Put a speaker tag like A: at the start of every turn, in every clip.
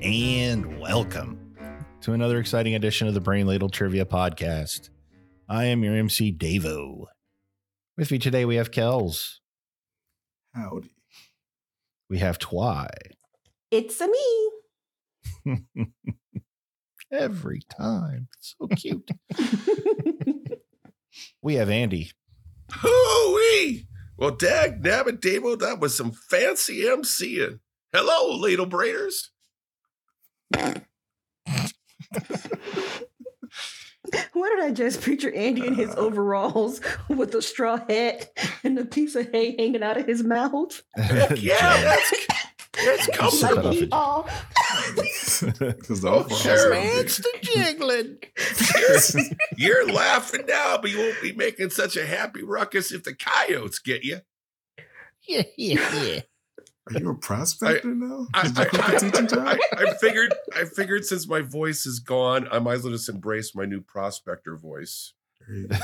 A: and welcome to another exciting edition of the Brain Ladle Trivia Podcast. I am your MC Davo. With me today, we have Kells,
B: Howdy.
A: we have Twy.
C: It's a me.
A: Every time, It's so cute. we have Andy,
D: Hooey! Well, dag nabbit, Damo, that was some fancy MCing. Hello, ladle braiders.
C: what did I just picture Andy in his overalls with a straw hat and a piece of hay hanging out of his mouth?
D: Yeah, that's, that's
A: Just cut off
D: comfortable.
A: it.
C: Oh,
B: Because the offer
D: Sure.
A: jiggling.
D: You're- You're laughing now, but you won't be making such a happy ruckus if the coyotes get you.
A: Yeah, yeah, yeah.
B: Are you a prospector now?
D: I,
B: Did you quit the teaching job?
D: I- I- I figured. I figured since my voice is gone, I might as well just embrace my new prospector voice.
B: There you go.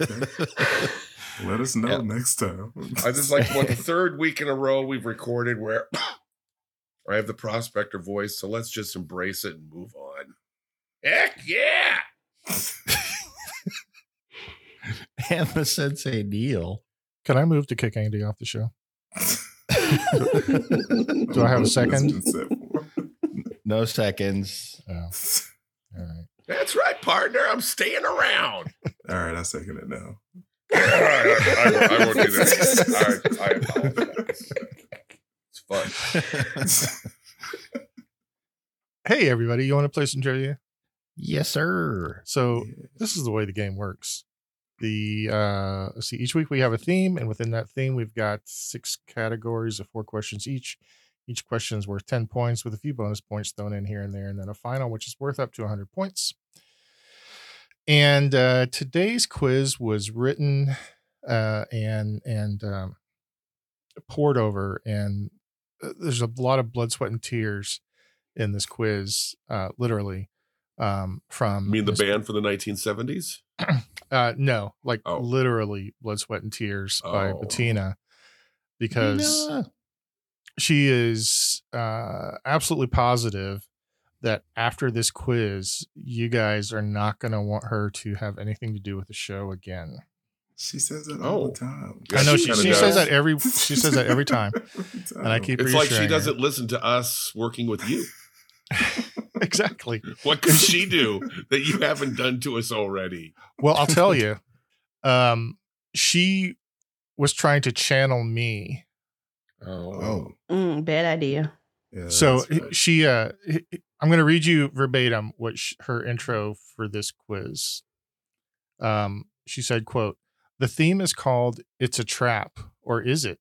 B: okay. Let us know
A: Yeah.
B: next time.
D: I just like what the third week in a row we've recorded where I have the prospector voice. So let's just embrace it and move on. Heck yeah!
A: And the sensei Neil.
E: Can I move to kick Andy off the show? Do I have a second?
A: No seconds.
E: Oh, all right.
D: That's right, partner. I'm staying around.
B: All right, I second it now.
D: All right, I, won't- I won't do that. I, I apologize. It's fun.
E: Hey, everybody, you want to play some trivia?
A: yes, sir.
E: So, this is the way the game works. The uh, let's see, each week we have a theme, and within that theme, we've got six categories of four questions each. Each question is worth 10 points with a few bonus points thrown in here and there, and then a final, which is worth up to 100 points. And uh, today's quiz was written uh, and and um, poured over, and uh, there's a lot of blood, sweat, and tears in this quiz, uh, literally. Um, from Miss-
D: band from the 1970s?
E: uh, no, like
D: Oh.
E: literally Blood, Sweat, and Tears by
D: Oh.
E: Bettina because
A: No.
E: she is uh, absolutely positive that after this quiz, you guys are not going to want her to have anything to do with the show again.
B: She says that all
D: Oh.
B: the time.
D: Yeah,
E: I know
D: she
E: she,
D: kinda
E: she says
D: does.
E: that every she says that every time,
B: Every time.
E: and I keep
D: It's like she
E: reassuring her.
D: doesn't listen to us working with you.
E: exactly.
D: What could she do that you haven't done to us already?
E: Well, I'll tell you, um, she was trying to channel me
B: Oh,
C: Mm, bad idea.
B: yeah.
E: so
B: that's right.
E: she uh h- h- i'm going to read you verbatim what sh- her intro for this quiz um she said quote the theme is called it's a trap or is it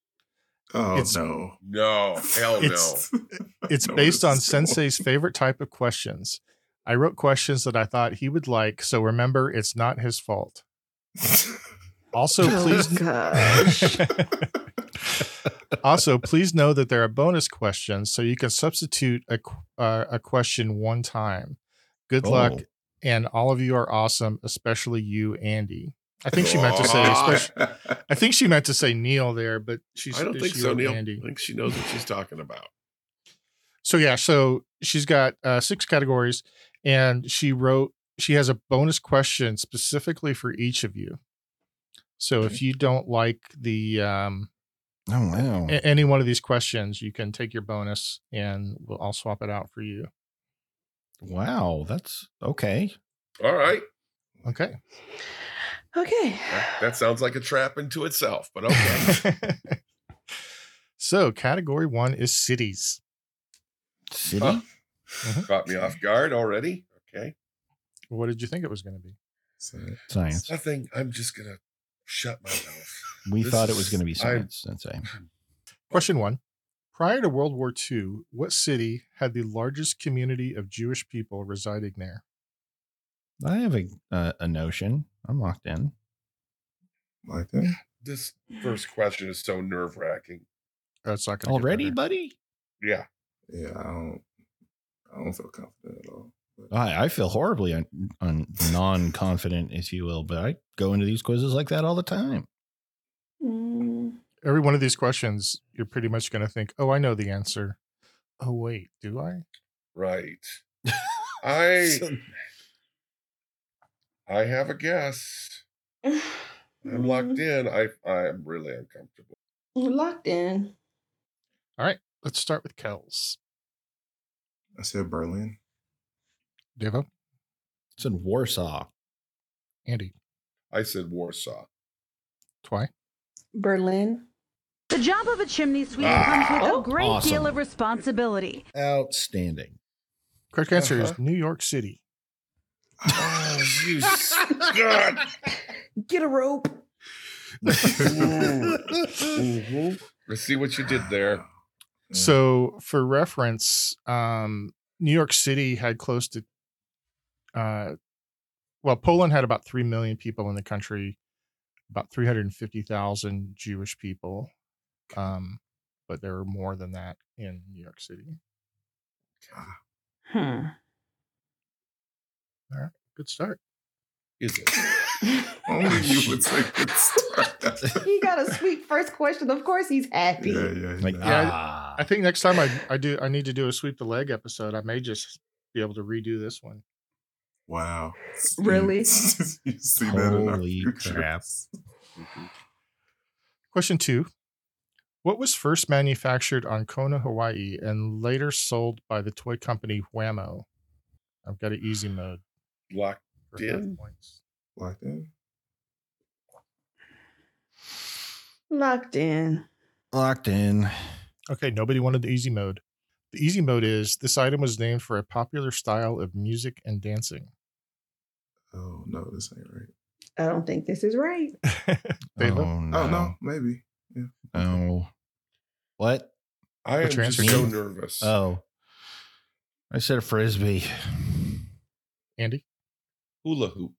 B: oh
E: it's-
B: no.
D: No, hell no.
E: It's- it's based on sensei's favorite type of questions i wrote questions that i thought he would like so remember it's not his fault also please
C: oh, gosh.
E: also, please know that there are bonus questions, so you can substitute a qu- uh, a question one time. Good luck, and all of you are awesome, especially you, Andy. I think she meant to say.
B: Oh.
E: Especially, I think she meant to say Neil there, but she's.
D: I don't think
E: she
D: so,
E: wrote
D: Neil.
E: Andy.
D: I think she knows what she's talking about.
E: So yeah, so she's got uh, six categories, and she wrote she has a bonus question specifically for each of you. So if you don't like the um,
A: Oh, wow.
E: a- any one of these questions, you can take your bonus and we'll, I'll swap it out for you.
A: Wow. That's okay.
D: All right.
E: Okay.
C: okay.
D: That, that sounds like a trap into itself, but okay.
E: so category one is cities.
A: City?
D: Uh, Caught me off guard already. Okay.
E: What did you think it was going to be?
A: science.
D: Nothing. I'm just going to shut my mouth.
A: We
D: this
A: thought it
D: is-
A: was going to be
D: I-
A: science, Sensei.
E: Question one. Prior to World War II, what city had the largest community of Jewish people residing there?
A: I have a, uh, a notion. I'm locked in.
B: like that.
D: This first question is so nerve wracking.
E: Oh, it's not gonna get
A: Already,
E: better.
A: buddy?
D: Yeah.
B: Yeah, I don't. I don't feel confident at all.
A: I, I feel horribly un, un, non confident, if you will, but I go into these quizzes like that all the time.
C: Mm,
E: every one of these questions, you're pretty much going to think, "Oh, I know the answer." Oh, wait, do I?
D: Right. I
A: So-
D: I have a guess. I'm locked in. I I'm really uncomfortable.
C: We're locked in.
E: Let's start with Kells.
B: I said Berlin.
E: Devo,
A: it's in Warsaw.
E: Andy,
D: I said Warsaw.
E: Twy,
C: Berlin.
F: The job of a chimney sweep
D: Ah,
F: comes with
C: oh,
F: a great
A: awesome.
F: deal of responsibility.
A: Outstanding.
E: Correct answer
D: Uh-huh.
E: is New York City.
D: Oh, you God.
C: Get a rope. Mm-hmm.
D: Mhm. I see what you did there.
B: Yeah.
E: So, for reference, um, New York City had close to, uh, well, Poland had about 3 million people in the country, about 350,000 Jewish people. Um, but there were more than that in New York City.
C: Hmm.
E: Good start.
D: Is it?
B: only you would say good start.
C: he got a sweet first question. Of course he's happy.
B: yeah, yeah,
A: Like,
B: yeah.
E: Yeah,
A: ah.
E: I think next time I, I do, I need to do a sweep the leg episode. I may just be able to redo this one.
B: Wow.
C: Really?
B: you see that in our
A: Holy
B: future.
A: crap.
D: Mhm.
E: Question two What was first manufactured on Kona, Hawaii, and later sold by the toy company Whammo? I've got an easy mode
D: Locked.
E: for
D: Did?
E: half points.
B: Like that?
C: Locked in.
A: Locked in.
E: Okay, nobody wanted the easy mode. The easy mode is this item was named for a popular style of music and dancing.
B: Oh no, this ain't right.
C: I don't think this is right.
E: Deva?
A: Oh, no.
B: Oh no, maybe.
A: No. What?
D: I am
E: What's your
D: just
E: answer, Uh,
D: so
A: Keith?
D: nervous.
A: Oh. I said frisbee.
E: Andy,
D: Hula hoop.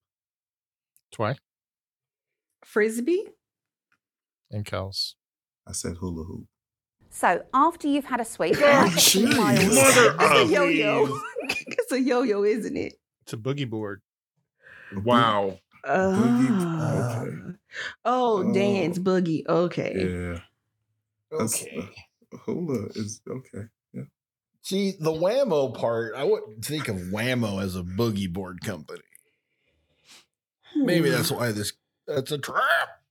E: Twy,
C: Frisbee?
E: and Kels.
B: I said hula hoop.
G: So after you've had a sweep,
D: Oh,
G: take some
B: jeez.
G: miles.
D: Mother
C: It's
D: of
C: a yo-yo.
D: these.
C: it's a yo-yo, isn't it?
E: It's a boogie board.
D: Wow.
B: Boogie.
C: Ah.
B: Okay.
C: Oh,
B: Oh.
C: dance boogie. Okay.
B: Yeah. That's- uh, Hula is okay.
A: See, the Whammo part, I wouldn't think of Whammo as a boogie board company. Maybe
C: Hmm.
A: that's why this that's a trap.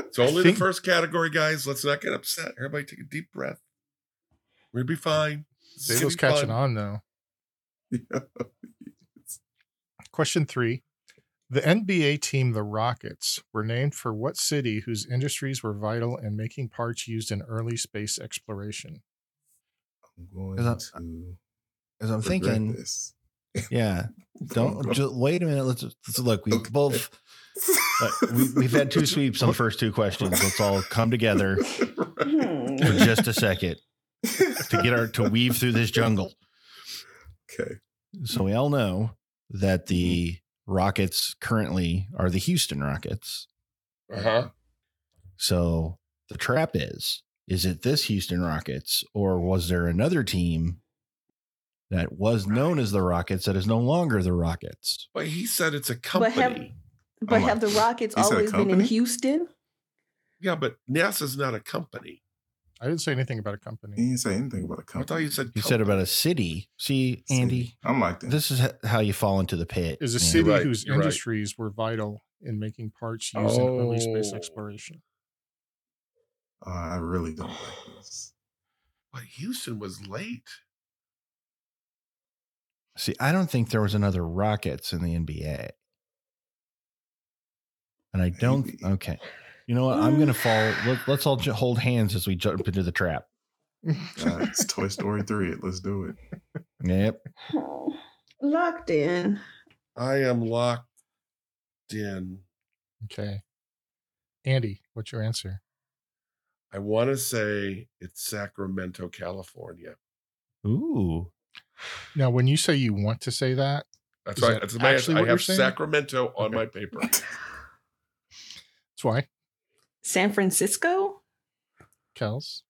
D: It's only
E: think-
D: the first category, guys. Let's not get upset. Everybody take a deep breath. We'll be fine. This is
E: Deva's
D: gonna be
E: catching
D: fun.
E: on though.
B: Yeah.
E: Question three. The NBA team, the Rockets, were named for what city whose industries were vital in making parts used in early space exploration?
B: I'm going
A: Is that-
B: to
A: As I'm
B: regret
A: thinking,
B: this.
A: yeah, don't just wait a minute. Let's, let's look. We
B: Okay.
A: both uh, we, we've had two sweeps on the first two questions. Let's all come together
C: Hmm.
A: for just a second to get our to weave through this jungle.
B: Okay.
A: So we all know that the Rockets currently are the Houston Rockets.
D: Uh-huh.
A: So the trap is is it this Houston Rockets or was there another team that was known as the Rockets that is no longer the Rockets?
D: But he said it's a
C: But
D: company.
C: have- But
B: Oh my-
C: have the Rockets
B: You said
C: always been in
B: company?
C: Houston?
D: yeah, but NASA's not a company.
E: I didn't say anything about a
B: He
E: company.
B: didn't say anything about a
D: I
B: company.
D: thought you said
A: You said about
D: company.
A: a city. See, Andy,
B: I'm like that.
A: this is h- how you fall into the pit.
E: Is a
A: man.
E: city
D: right,
E: whose
D: you're right.
E: industries were vital in making parts used in early space
D: Oh.
E: exploration.
B: Uh, I really don't like this.
D: But Houston was late.
A: See, I don't think there was another Rockets in the NBA. And I don't.
B: Maybe.
A: Okay. You know what? I'm going to fall. Let, let's all j- hold hands as we jump into the trap.
B: Uh, it's Toy Story 3. It. Let's do it.
A: Yep.
C: Oh, locked in.
D: I am locked in.
E: okay. Andy, what's your answer?
D: I want to say it's Sacramento, California.
A: Ooh.
E: Now, when you say you want to say that,
D: That's
E: Is
D: right.
E: that
D: That's my
E: actually
D: answer. I
E: what you're
D: have
E: saying?
D: Sacramento on
E: Okay.
D: my paper.
E: that's why.
C: San Francisco?
E: Kels,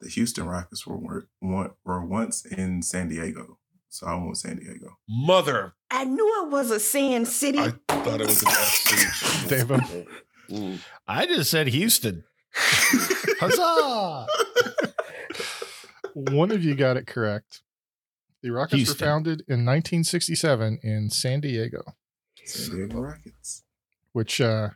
B: The Houston Rockets were, were, one- were once in San Diego. So I want San Diego.
D: Mother.
C: I knew it was a sand city.
D: I thought it was an FC.
E: Devo.
D: Mm.
A: I just said Houston. Huzzah.
E: one of you got it correct. The Rockets
A: Houston.
E: were founded in 1967 in San Diego,
B: San Diego Rockets.
E: which uh,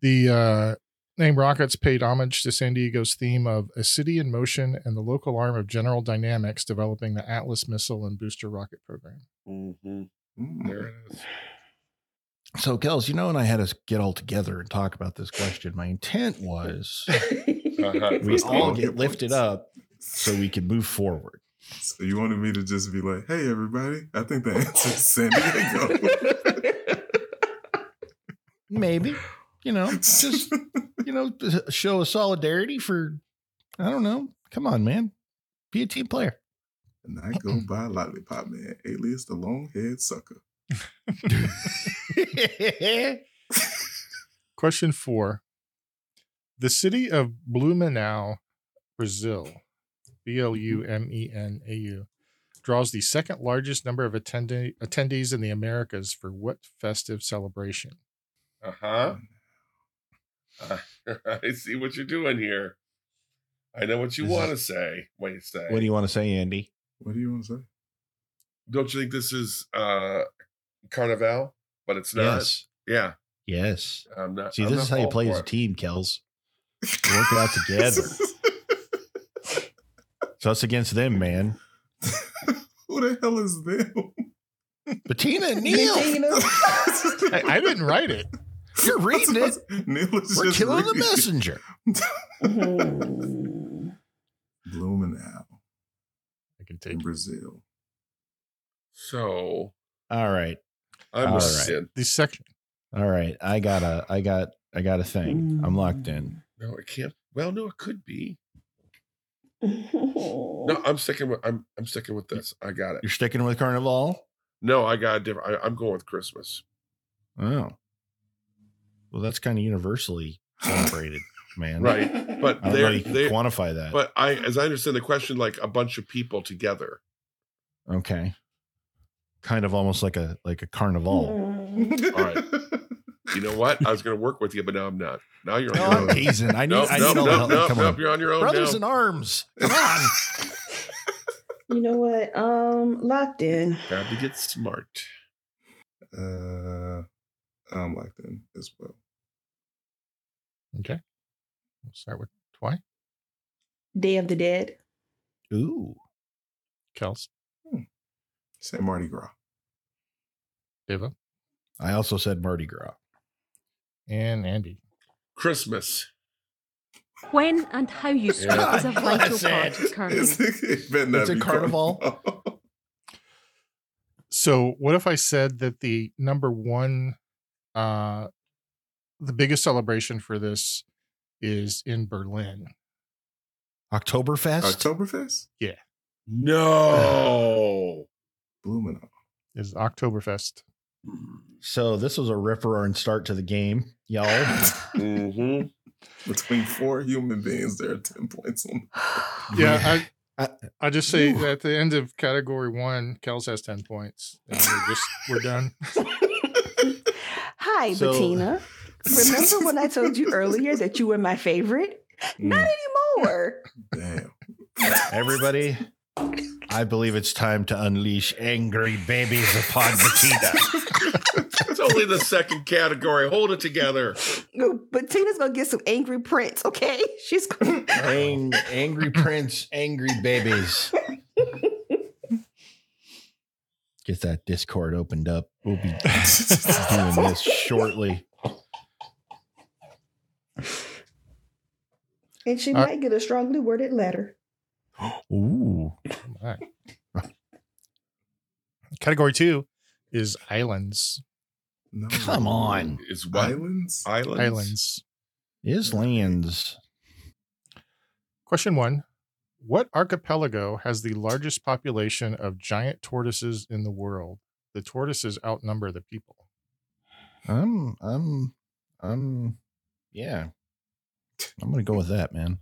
E: the uh, name Rockets paid homage to San Diego's theme of a city in motion and the local arm of General Dynamics developing the Atlas missile and booster rocket program.
A: Mm-hmm.
D: Mhm.
B: Mm.
D: There it is.
A: So, Kels, you know, and I had us get all together and talk about this question. My intent was Uh-huh. we
B: First of
A: all
B: all,
A: get
B: get
A: lifted
B: points.
A: up so we can move forward.
B: So you wanted me to just be like, "Hey, everybody! I think the answer is San Diego."
A: Maybe, you know, just you know, show a solidarity for. I don't know. Come on, man, be a team player.
B: and I go by Lollipop Man, alias the long haired sucker.
E: Question four. The city of Blumenau, Brazil, B L U M E N A U, draws the second largest number of attendee, attendees in the Americas for what festive celebration?
D: Uh-huh. Uh, I see what you're doing here. I know what you
A: This is-
D: want to say. What you say?
A: what do you want to say, Andy?
B: What do you want to say?
D: Don't you think this is uh Carnival? But it's not.
A: Yes,
D: Yeah,
A: yes.
D: I'm not.
A: See,
D: I'm
A: this
D: not
A: is how you
D: all
A: play
D: for
A: as a
D: it.
A: team, Kels. Work it out together. It's us against them, man.
B: Who the hell is them?
A: Bettina and
C: Neil.
A: Neil,
E: I, I didn't write it.
A: you're reading it.
B: Neil is
A: We're
B: just
A: killing the
B: reading it.
A: messenger.
C: Hmm.
B: Blooming out
E: I can take
B: in Brazil.
D: So
A: All right,
D: I'm
A: All
D: a
A: right.
D: sin.
E: the section.
A: all right. I got a, I got, I got a thing. I'm locked in.
D: No, it can't. Well, no, it could be.
C: Hmm.
D: No, I'm sticking with. I'm I'm sticking with this. I got it.
A: You're sticking with Carnival.
D: No, I got a different. I, I'm going with Christmas.
A: Oh, well, that's kind of universally celebrated, man.
D: Right. But
A: I don't know.
D: they're
A: You can
D: they.
A: quantify that.
D: But I, as I understand the question, like a bunch of people together.
A: okay. Kind of almost like a like a carnival.
D: Mm.
C: Hmm.
D: right. You know what? I was going to work with you, but now I'm not. Now you're on
A: No,
D: your
A: I'm
D: own.
A: teasing. "Oh, I need,
D: Nope,
A: I need
D: nope,
A: all the
D: nope,
A: help.
D: nope,
A: Come
D: nope.
A: on,
D: You're on your own
A: brothers
D: now.
A: in arms. Come on.
C: You know what? Um, locked in.
D: Got to get smart.
B: Uh, I'm locked in as well.
E: Okay. We'll start with Twy,
C: Day of the Dead.
A: Ooh,
E: Kels,
B: Say Mardi Gras.
E: Deva,
A: I also said Mardi Gras.
E: and Andy.
D: Christmas.
H: When and how you speak
D: Yeah.
H: is a vital
A: That's
H: part
A: it.
H: of curving.
B: it better not
A: It's a
B: be
A: carnival.
B: carnival.
E: So what if I said that the number one uh the biggest celebration for this is in Berlin?
A: Oktoberfest.
B: Oktoberfest?
D: No.
B: Blooming out.
E: Is Oktoberfest.
A: So this was a rip roaring start to the game, y'all.
D: Mm-hmm.
B: Between four human beings, there are 10 points on
E: Yeah, I,
A: I-
E: I just say
A: Ooh.
E: at the end of category one, Kels has ten points. And we're just we're done.
C: Hi,
A: So-
C: Bettina. Remember when I told you earlier that you were my favorite? Not anymore.
B: Damn.
A: Everybody, I believe it's time to unleash angry babies upon Bettina.
D: It's only the second category. Hold it together.
C: No, Bettina's gonna get some angry prints, okay? She's gonna
A: Ang- angry prince, angry babies. Get that Discord opened up. We'll be doing this shortly.
C: and she
E: Uh,
C: might get a strongly worded letter.
A: Ooh.
E: All right. Oh, Category two is islands.
B: No.
A: Come on.
D: It's what?
B: Islands?
D: Islands.
E: Islands.
A: Is lands.
E: Question one. What archipelago has the largest population of giant tortoises in the world? The tortoises outnumber the people.
A: I'm I'm I'm yeah. I'm gonna go with that, man.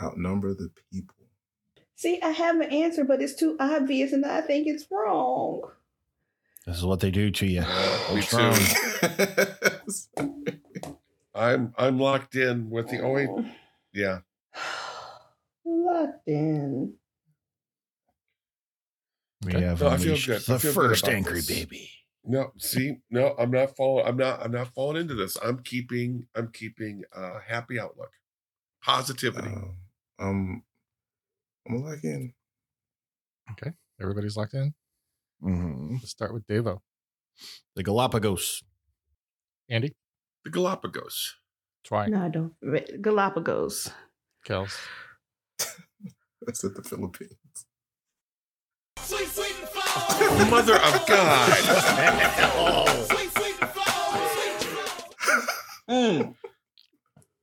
B: Outnumber the people.
C: Hmm. See, I have an answer, but it's too obvious and I think it's wrong.
A: This is what they do to you.
D: Me too.
A: Strong.
C: Oh.
D: I'm I'm locked in with the. Oh wait. Yeah.
C: Fucking.
A: We
E: Okay.
A: have
D: No, I feel
A: unleashed
D: good. I
A: the
D: feel good
A: first
D: about
A: angry
D: this.
A: baby.
D: No, see, no, I'm not falling. I'm not. I'm not falling into this. I'm keeping. I'm keeping a happy outlook, positivity.
B: Um, um, I'm like in.
E: Everybody's locked in.
A: Mhm.
E: Let's start with Devo.
A: The Galapagos.
E: Andy,
D: the Galapagos.
E: Twy,
C: No, I don't. Galapagos.
E: Kels,
B: That's at the Philippines.
D: Mother of God.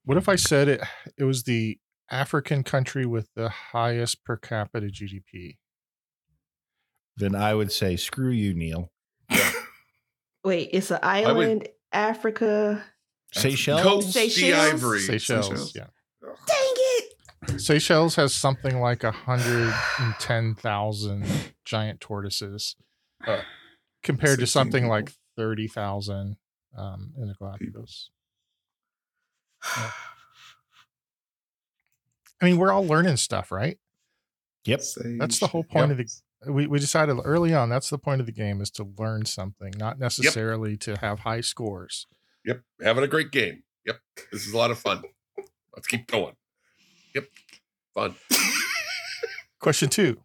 E: What if I said it? It was the African country with the highest per capita GDP.
A: Then I would say, screw you, Neil.
C: Wait, it's an
D: would-
C: island, Africa.
A: Seychelles.
D: Coast the
C: Seychelles?
D: Ivory.
E: Seychelles,
B: Seychelles.
E: yeah.
C: Dang it!
E: Seychelles has something like a hundred and ten thousand giant tortoises, uh,
D: Huh.
E: compared to
B: 16
E: something
B: people.
E: like thirty thousand um, in the Galapagos. I mean, we're all learning stuff, right?
A: Yep.
D: Mm,
E: That's the whole point of the. We, we decided early on that's the point of the game is to learn something, not necessarily to have high scores.
D: Yep. Having a great game. Yep. This is a lot of fun. Let's keep going. Yep. Fun.
E: Question two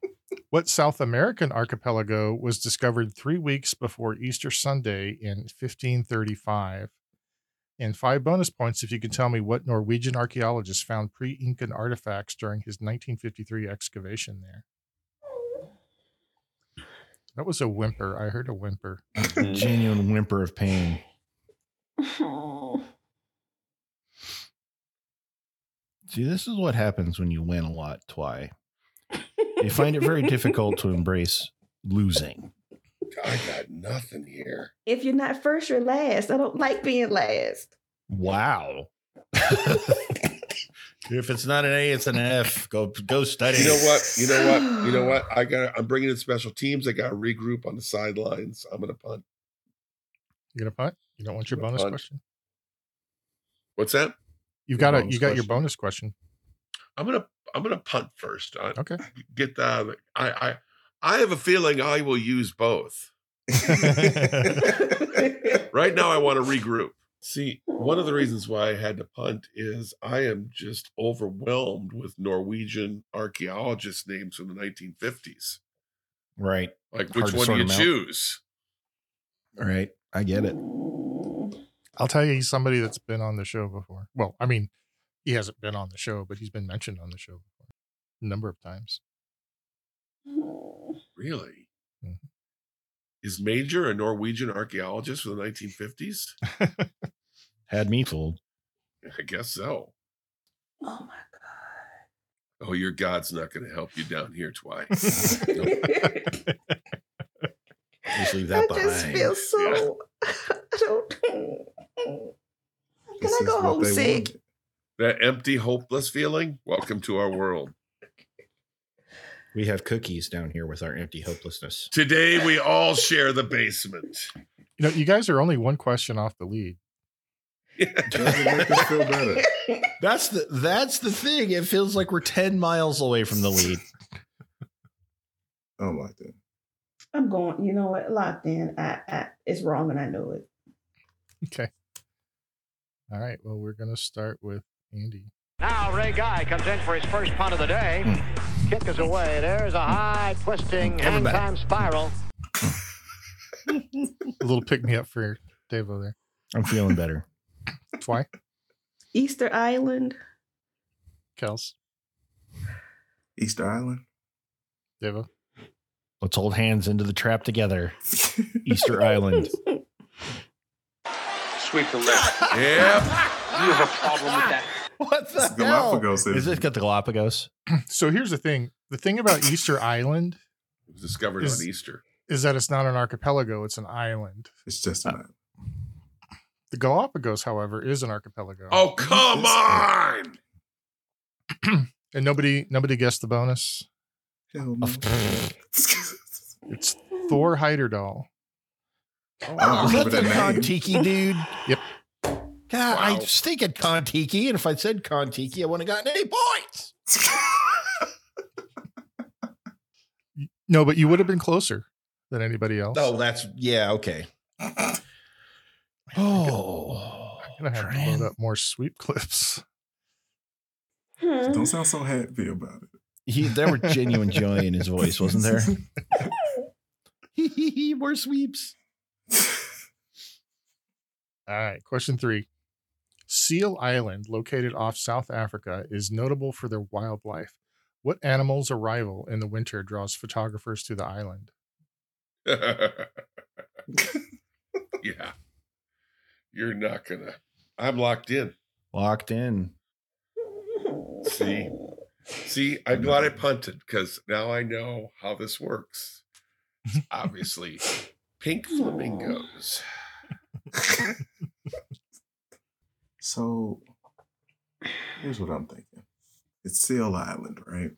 E: What South American archipelago was discovered three weeks before Easter Sunday in 1535? And five bonus points if you can tell me what Norwegian archaeologist found pre Incan artifacts during his 1953 excavation there. That was a whimper. I heard a whimper.
A: Genuine whimper of pain.
C: Oh,
A: See, this is what happens when you win a lot, Twy. You find it very difficult to embrace losing.
D: I got nothing here.
C: If you're not first, you're last. I don't like being last.
A: Wow. if it's not an A, it's an F. Go go study.
D: You know what? You know what? You know what? I got. I'm bringing in special teams. I got to regroup on the sidelines. I'm gonna punt.
E: You gonna punt? You don't want your
D: Gonna
E: bonus
D: punt.
E: question?
D: What's that? Your
E: You've got a
D: bonus
E: you got your
D: question.
E: bonus question.
D: I'm gonna. I'm gonna punt first. I,
E: Okay.
D: get that. out of the- I. I. I have a feeling I will use both. Right now, I want to regroup. See, one of the reasons why I had to punt is I am just overwhelmed with Norwegian archaeologist names from the 1950s.
A: Right.
D: Like,
A: Hard
D: which
A: to
D: one do
A: sort
D: you
A: them out.
D: choose?
A: Right. I get it.
E: I'll tell you he's somebody that's been on the show before. Well, I mean, he hasn't been on the show, but he's been mentioned on the show before a number of times.
C: Oh.
D: Really?
E: Mhm.
A: Mm-hmm.
D: Is Major a Norwegian archaeologist from the 1950s?
A: Had me fooled.
D: I guess so.
C: Oh
D: Oh, your God's not going to help you down here, Twy.
C: my god.
A: Just leave that
C: I
A: behind.
C: just feel so. I don't. Can
B: This
C: I
B: is
C: go
B: what
C: home
B: they
C: sick?
B: wanted.
D: that empty, hopeless feeling. Welcome to our world.
A: we have cookies down here with our empty hopelessness.
D: Today, we all share the basement.
E: You know, you guys are only one question off the lead.
B: Doesn't make us feel better.
A: That's the that's the thing. It feels like we're 10 miles away from the lead.
B: I don't like that.
C: I'm going. You know what? Locked in. I, I. It's wrong, and I know it.
E: Okay. All right. Well, we're going to start with Andy.
I: Now Ray Guy comes in for his first punt of the day. Kick is away. There's a high twisting hang
A: Everybody.
I: time spiral.
E: A little pick me up for Devo there.
A: I'm feeling better.
E: Twy,
C: Easter Island.
E: Kels,
B: Easter Island.
E: Devo,
A: Let's hold hands into the trap together. Easter Island.
J: Sweep the left.
D: Yep.
J: You have a problem with that.
A: What the
B: It's Galapagos.
A: Hell? Is
B: isn't
A: this got the Galapagos?
E: So here's the thing the thing about Easter Island
D: It was discovered
E: Is-
D: on Easter.
E: is that it's not an archipelago, it's an island.
B: It's just
E: Uh,
B: an island.
E: The Galapagos, however, is an archipelago.
D: Oh, come on.
E: And nobody nobody guessed the bonus.
B: Hell no.
E: Mm. It's Thor Oh, Heiderdahl.
B: I don't
A: Is
B: remember
A: that Oh. the
B: that name.
A: Kontiki dude?
E: Yep.
A: God, I
D: Wow.
A: was thinking Kontiki, and if I'd said Kontiki, I wouldn't have gotten any points.
E: No, but you would have been closer than anybody else.
A: Oh, that's yeah. Okay. Oh,
E: I'm gonna have to
A: Tran-
E: load up more sweep clips.
C: Hmm. Mm-hmm.
B: Don't sound so happy about it.
A: he, there were genuine joy in his voice, wasn't there? More sweeps.
E: All right, question three. Seal Island, located off South Africa, is notable for their wildlife. What animal's arrival in the winter draws photographers to the island?
D: yeah. You're not gonna. I'm locked in.
A: Locked in.
D: See? See, I'm glad I punted because now I know how this works. It's Obviously, pink flamingos.
B: So here's what I'm thinking. It's Seal Island, right?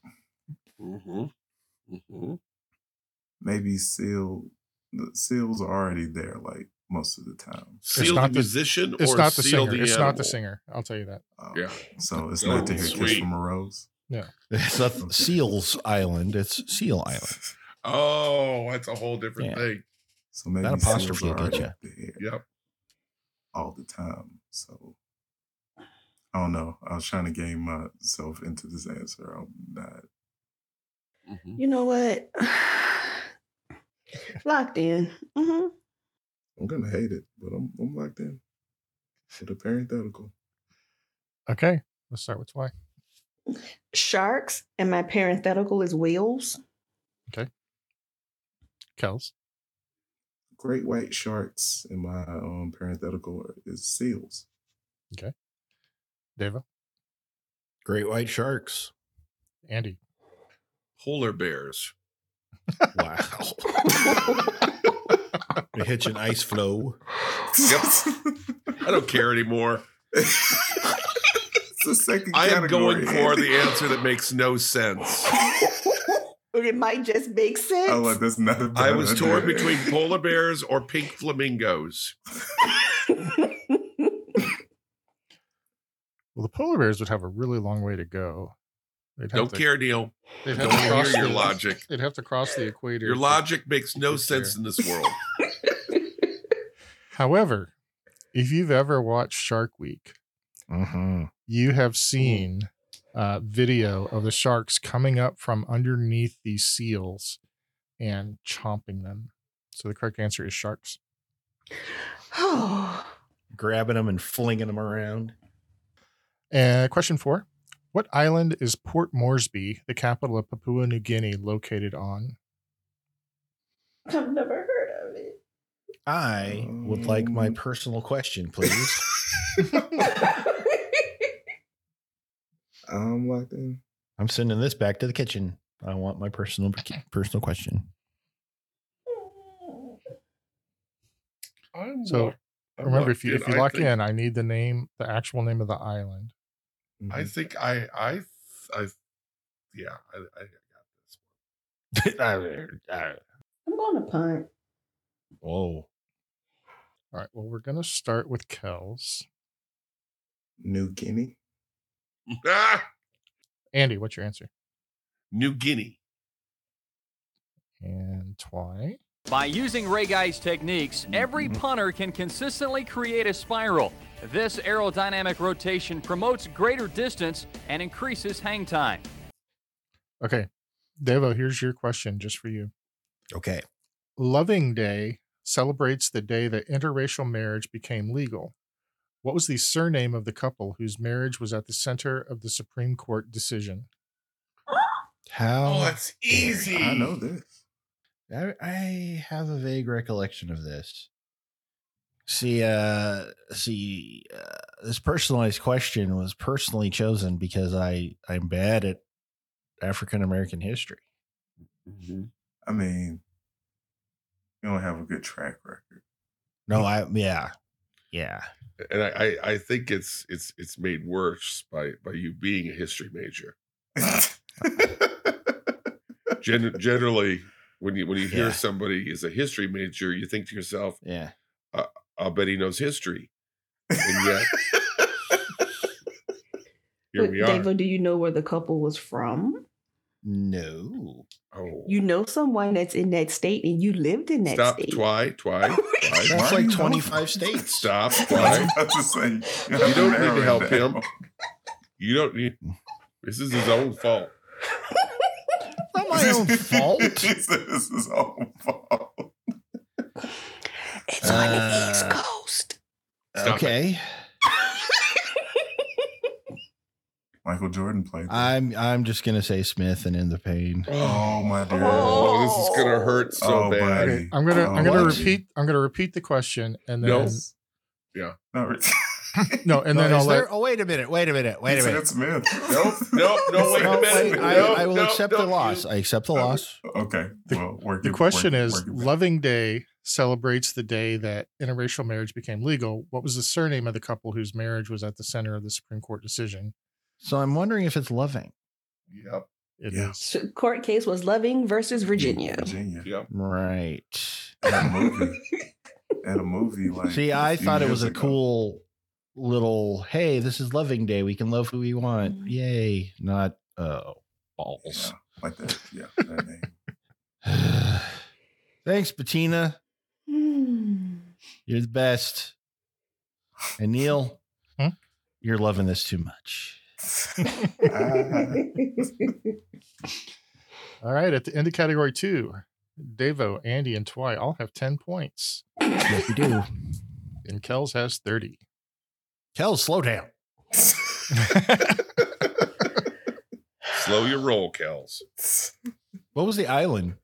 D: Mm-hmm. Mm-hmm.
B: Maybe Seal the Seals are already there like most of the time.
D: Seal the
E: not the-
D: musician
E: It's
D: or
E: not the
D: seal
E: singer.
D: the
E: it's not
D: animal?
E: the singer. I'll tell you that.
B: Um,
D: Yeah.
B: So it's
D: Oh,
B: not to hear kiss
D: sweet.
B: from a rose.
A: It's not Seals Island. It's Seal Island.
D: Oh, that's a whole different
A: Yeah.
D: thing.
B: So maybe
A: That apostrophe
B: Seals are
A: will get
B: already there
D: Yep.
B: all the time. So I don't know. I was trying to game myself into this answer. I'm not.
E: Mm-hmm.
D: Mhm.
C: You know what? Locked in. hmm
B: I'm gonna hate it, but I'm I'm locked in. With a parenthetical.
E: Okay, let's start with why.
C: Sharks, and my parenthetical is whales.
E: Kels.
B: Great white sharks in my um, parenthetical is seals.
E: Deva,
A: Great white sharks.
E: Andy.
D: Polar bears.
A: Wow. they hitch an ice flow.
D: Yep. I don't care anymore.
B: it's the second
D: I am
B: category,
D: going for
B: Andy.
D: the answer that makes no sense.
C: But it might just make sense.
B: Oh, I like that's not. a
D: I was
B: bad
D: torn
B: idea.
D: between polar bears or pink flamingos.
E: Well, the polar bears would have a really long way to go. They'd
D: Don't care, Neil.
E: They'd
D: Don't hear your
E: the-
D: logic.
E: They'd have to cross the equator.
D: Your
E: to-
D: logic makes no sense in this world.
E: However, if you've ever watched Shark Week,
A: Mm-hmm.
E: you have seen uh, video of the sharks coming up from underneath these seals and chomping them. So the correct answer is sharks.
C: oh,
A: Grabbing them and flinging them around.
E: Uh, question four: What island is Port Moresby, the capital of Papua New Guinea, located on?
C: I've never heard of it.
A: I would Uh, like my personal question, please.
B: I'm locked in.
A: I'm sending this back to the kitchen. I want my personal personal question.
D: I'm
E: So,
D: locked- I'm
E: Remember,
D: locked
E: if you if you
D: I
E: lock
D: think-
E: in, I need the name, the actual name of the island.
B: Mm-hmm.
D: I think I, I, I, yeah, I, I got this.
C: I'm going to punt.
A: Whoa.
E: All right. Well, we're gonna start with Kells.
B: New Guinea.
D: Ah,
E: Andy, what's your answer?
D: New Guinea.
E: And Twy.
I: By using Ray Guy's techniques, every punter can consistently create a spiral. This aerodynamic rotation promotes greater distance and increases hang time.
E: Okay, Devo, here's your question just for you.
A: Okay.
E: Loving Day celebrates the day that interracial marriage became legal. What was the surname of the couple whose marriage was at the center of the Supreme Court decision?
A: How
D: Oh, that's easy.
B: I know this.
A: I, I have a vague recollection of this. See, uh, see, uh, this personalized question was personally chosen because I I'm bad at African American history.
B: I mean, you don't have a good track record.
A: No, I yeah, yeah.
D: And I, I, I think it's it's it's made worse by by you being a history major. Gen- generally, when you when you hear
A: Yeah.
D: somebody is a history major, you think to yourself,
A: Yeah.
D: "I'll bet he knows history," and yet here we are.
C: Davo, do you know where the couple was from?
A: No.
D: Oh,
C: you know someone that's in that state and you lived in that
D: Stop,
C: state.
D: twi, twi, twi.
A: That's
B: Why
A: like
B: you know?
A: 25 states.
D: Stop,
B: I
D: twi.
B: was about to say, you,
D: You don't need to help
B: narrow it
D: him. You don't need. This is his own fault.
A: Not
B: down.
A: my own fault.
B: he said this is own fault.
C: It's on the East
A: Uh,
C: Coast.
D: Stop
A: okay.
B: Michael Jordan played. that.
A: I'm I'm just gonna say Smith and in the pain.
B: oh my dear.
D: Oh, this is gonna hurt so
B: Oh,
D: bad.
B: buddy.
E: Okay, I'm gonna I'm
B: Oh,
E: gonna
A: what?
E: repeat I'm gonna repeat the question and then
D: No.
E: no,
B: Not re-
E: and then
A: Oh,
E: I'll
A: is
E: let
A: there- oh wait a minute, wait a minute, wait a
B: He said
A: minute.
B: Smith.
D: Nope, nope, no, wait a
A: No,
D: minute.
A: wait, I,
D: No,
A: I will
D: no,
A: accept
D: no,
A: the loss.
D: you-
A: I accept the loss.
B: Okay.
E: The-
B: well, work
E: the
B: it-
E: question
B: work-
E: is
B: work it back.
E: Loving Day celebrates the day that interracial marriage became legal. What was the surname of the couple whose marriage was at the center of the Supreme Court decision?
A: So I'm wondering if it's loving.
D: Yep,
E: It
B: Yeah.
E: is-
C: So court case was Loving versus Virginia.
B: Virginia.
D: yep.
A: Right.
B: At a movie. At a movie like
A: See,
B: a
A: I
B: few
A: thought it
B: years
A: was a
B: ago.
A: cool little hey, this is loving day. We can love who we want.
C: Mhm.
A: Yay. Not uh
B: Yeah,
A: balls.
B: like that. Yeah, that name.
A: Thanks, Bettina.
C: Hmm.
A: You're the best. And Neil,
E: Hmm?
A: you're loving this too much.
B: Ah,
E: All right, at the end of category two, Davo, Andy, and Twy all have 10 points,
A: Yes, we do.
E: and Kells has 30.
A: Kel, slow down.
D: Slow your roll, Kels.
A: What was the island?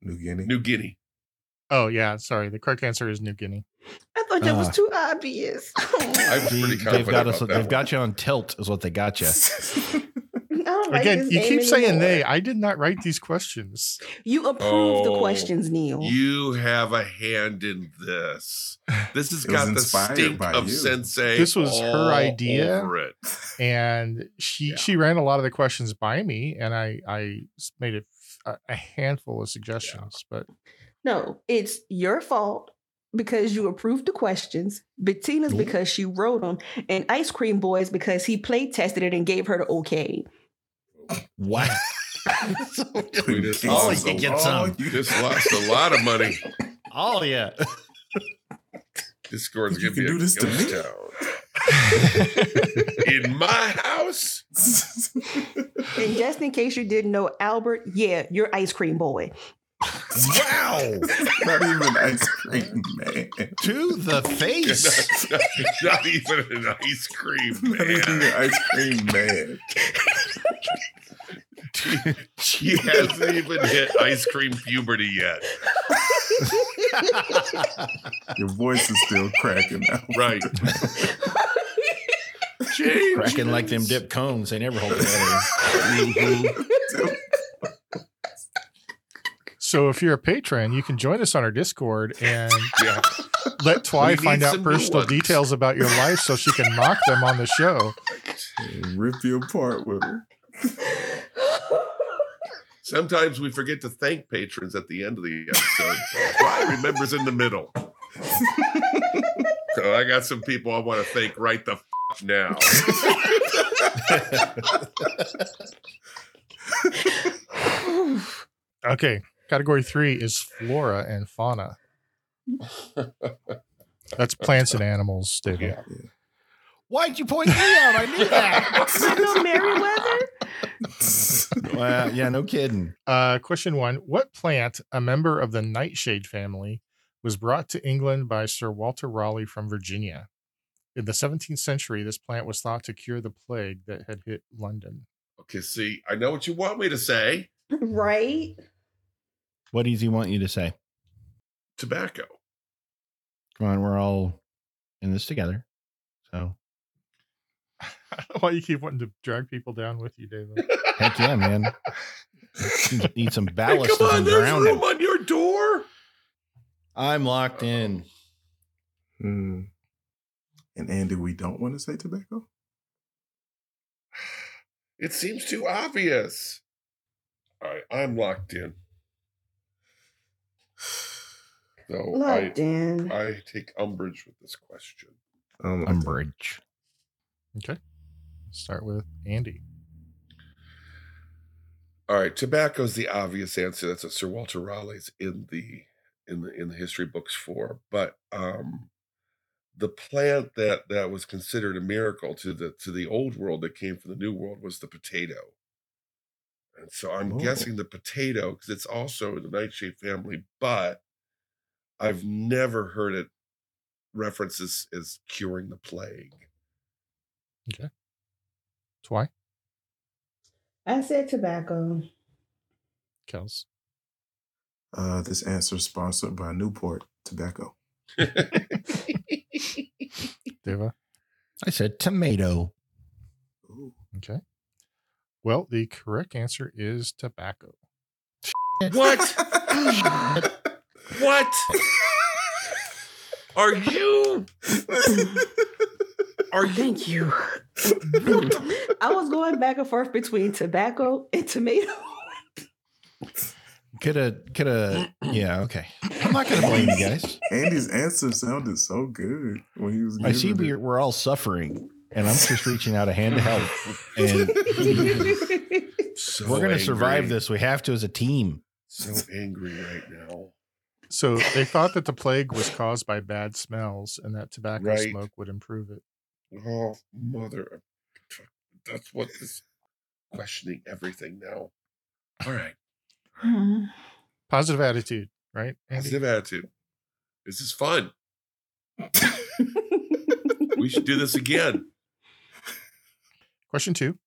B: New Guinea.
D: New Guinea.
E: oh, yeah, sorry. The correct answer is New Guinea.
C: I thought that was
A: Ah.
C: too obvious.
D: I'm
C: I
D: pretty
A: They-
D: confident
A: they've got us.
D: about
A: They've
D: that one.
A: got you on tilt, is what they got you.
C: don't like
E: Again,
C: this
E: you
C: game
E: keep saying
C: anymore.
E: they. I did not write these questions.
C: You approve
D: Oh,
C: the questions, Neil.
D: You have a hand in this. This has
B: It was
D: got the
B: inspired
D: stink
B: by
D: of
B: you.
D: sensei.
E: This was her
D: all
E: idea.
D: over it.
E: and she
D: Yeah.
E: she ran a lot of the questions by me and i i s- made a, f- a- a handful of suggestions but
C: no, it's your fault because you approved the questions. Bettina's because she wrote them, and Ice Cream Boy's because he play tested it and gave her the okay.
A: Wow.
D: We just
A: Oh,
D: lost
A: you
D: a-
A: get some.
D: You just lost a lot of money.
A: Oh yeah.
D: This score's
B: You
D: gonna
B: can
D: be
B: do
D: a
B: this to
D: ghost
B: me?
D: town. in my house.
C: And just in case you didn't know, Albert, yeah, you're Ice Cream Boy.
A: Wow.
B: Not even ice cream, man.
A: to the face.
D: Not, not even an ice cream
B: Not even
D: man.
B: the ice cream, man.
D: She hasn't even hit ice cream puberty yet.
B: Your voice is still cracking out.
D: Right.
A: Cracking like them dip cones. They never hold together.
B: Mm-hmm.
E: so if you're a patron you can join us on our discord and
D: Yeah.
E: let
D: We
E: twi
D: need
E: find out
D: some new
E: personal
D: ones.
E: details about your life so she can mock them on the show
B: Rip you apart with her.
D: Sometimes we forget to thank patrons at the end of the episode. Why remembers in the middle. so I got some people I want to thank right the f- now.
E: okay category three is flora and fauna that's plants and animals David.
D: Yeah.
A: Why'd you point me out? I knew that.
C: I know Merriweather.
A: Wow. Yeah. No kidding.
E: Uh, question one What plant, a member of the nightshade family, was brought to England by Sir Walter Raleigh from Virginia? In the 17th century, this plant was thought to cure the plague that had hit London.
D: Okay, see, I know what you want me to say.
C: Right?
A: What does he want you to say?
D: Tobacco.
A: Come on, we're all in this together. So
E: I don't know why you keep wanting to drag people down with you, David.
A: heck yeah, man. Need some
D: Hey,
A: ballast.
D: come
A: if
D: on,
A: I'm
D: there's
A: drowning.
D: room on your door.
A: I'm locked in.
B: Hmm. And Andy, we don't want to say tobacco.
D: It seems too obvious. All right, I'm locked in. So Oh, I,
C: Locked in.
D: I take umbrage with this question.
B: Um,
A: Umbrage.
E: Okay. Start with Andy.
D: All right, tobacco is the obvious answer. That's what Sir Walter Raleigh's in the in the in the history books for. But um, the plant that that was considered a miracle to the to the old world that came from the new world was the potato. And so I'm
B: Oh.
D: guessing the potato because it's also in the nightshade family, but I've never heard it referenced as, as curing the plague.
E: Okay. That's why,
C: I said tobacco.
E: Kels.
B: Uh, this answer is sponsored by Newport Tobacco.
E: Deva.
A: I said tomato.
B: Ooh.
E: Okay. Well, the correct answer is tobacco.
D: What? what? Are you? Are you?
C: Thank you. I was going back and forth between tobacco and tomato.
A: Could have, could have. yeah, okay. I'm not gonna blame you guys.
B: Andy's answer sounded so good when he was.
A: I see
B: giving it.
A: we're we're all suffering, and I'm just reaching out a hand to help. And
D: So
A: we're gonna survive
D: angry.
A: this. We have to as a team.
D: So angry right now.
E: So they thought that the plague was caused by bad smells and that tobacco
D: Right.
E: smoke would improve it.
D: Oh, mother. of- That's what this questioning everything now. All right.
E: Positive attitude, right? Andy?
D: Positive attitude. This is fun. we should do this again.
E: Question two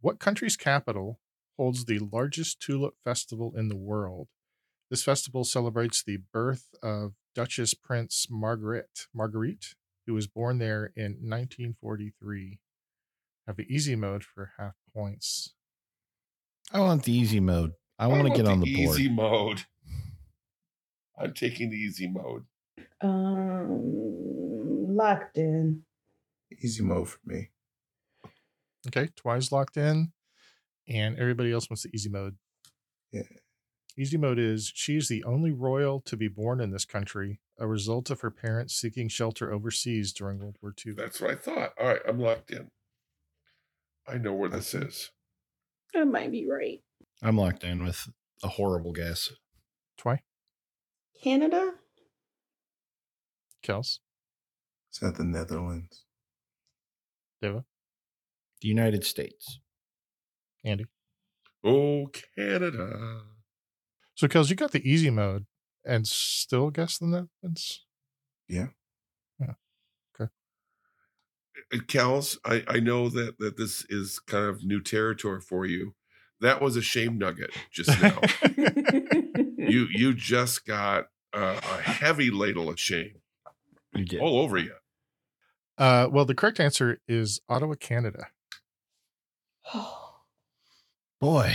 E: What country's capital holds the largest tulip festival in the world? This festival celebrates the birth of Duchess Prince Margaret Marguerite, who was born there in 1943. Have the easy mode for half points.
A: I want the easy mode. I want to get on the board.
D: easy mode. I'm taking the easy mode.
C: um, locked in.
B: easy mode for me.
E: Okay, Twi's locked in, and everybody else wants the easy mode.
B: Yeah.
E: Easy mode is she is the only royal to be born in this country, a result of her parents seeking shelter overseas during World War II.
D: That's what I thought. All right, I'm locked in. I know where this is.
C: I might be right.
A: I'm locked in with a horrible guess.
E: Twi,
C: Canada?
E: Kels,
B: It's at the Netherlands.
E: Deva,
A: The United States.
E: Andy.
D: Oh, Canada.
E: So Kels, you got the easy mode and still guess the Netherlands.
D: Uh, Kels, I, I know that, that this is kind of new territory for you. That was a shame nugget just now. you you just got uh, a heavy ladle of shame
A: You did.
D: all over you.
E: uh, well, the correct answer is Ottawa, Canada.
A: Boy,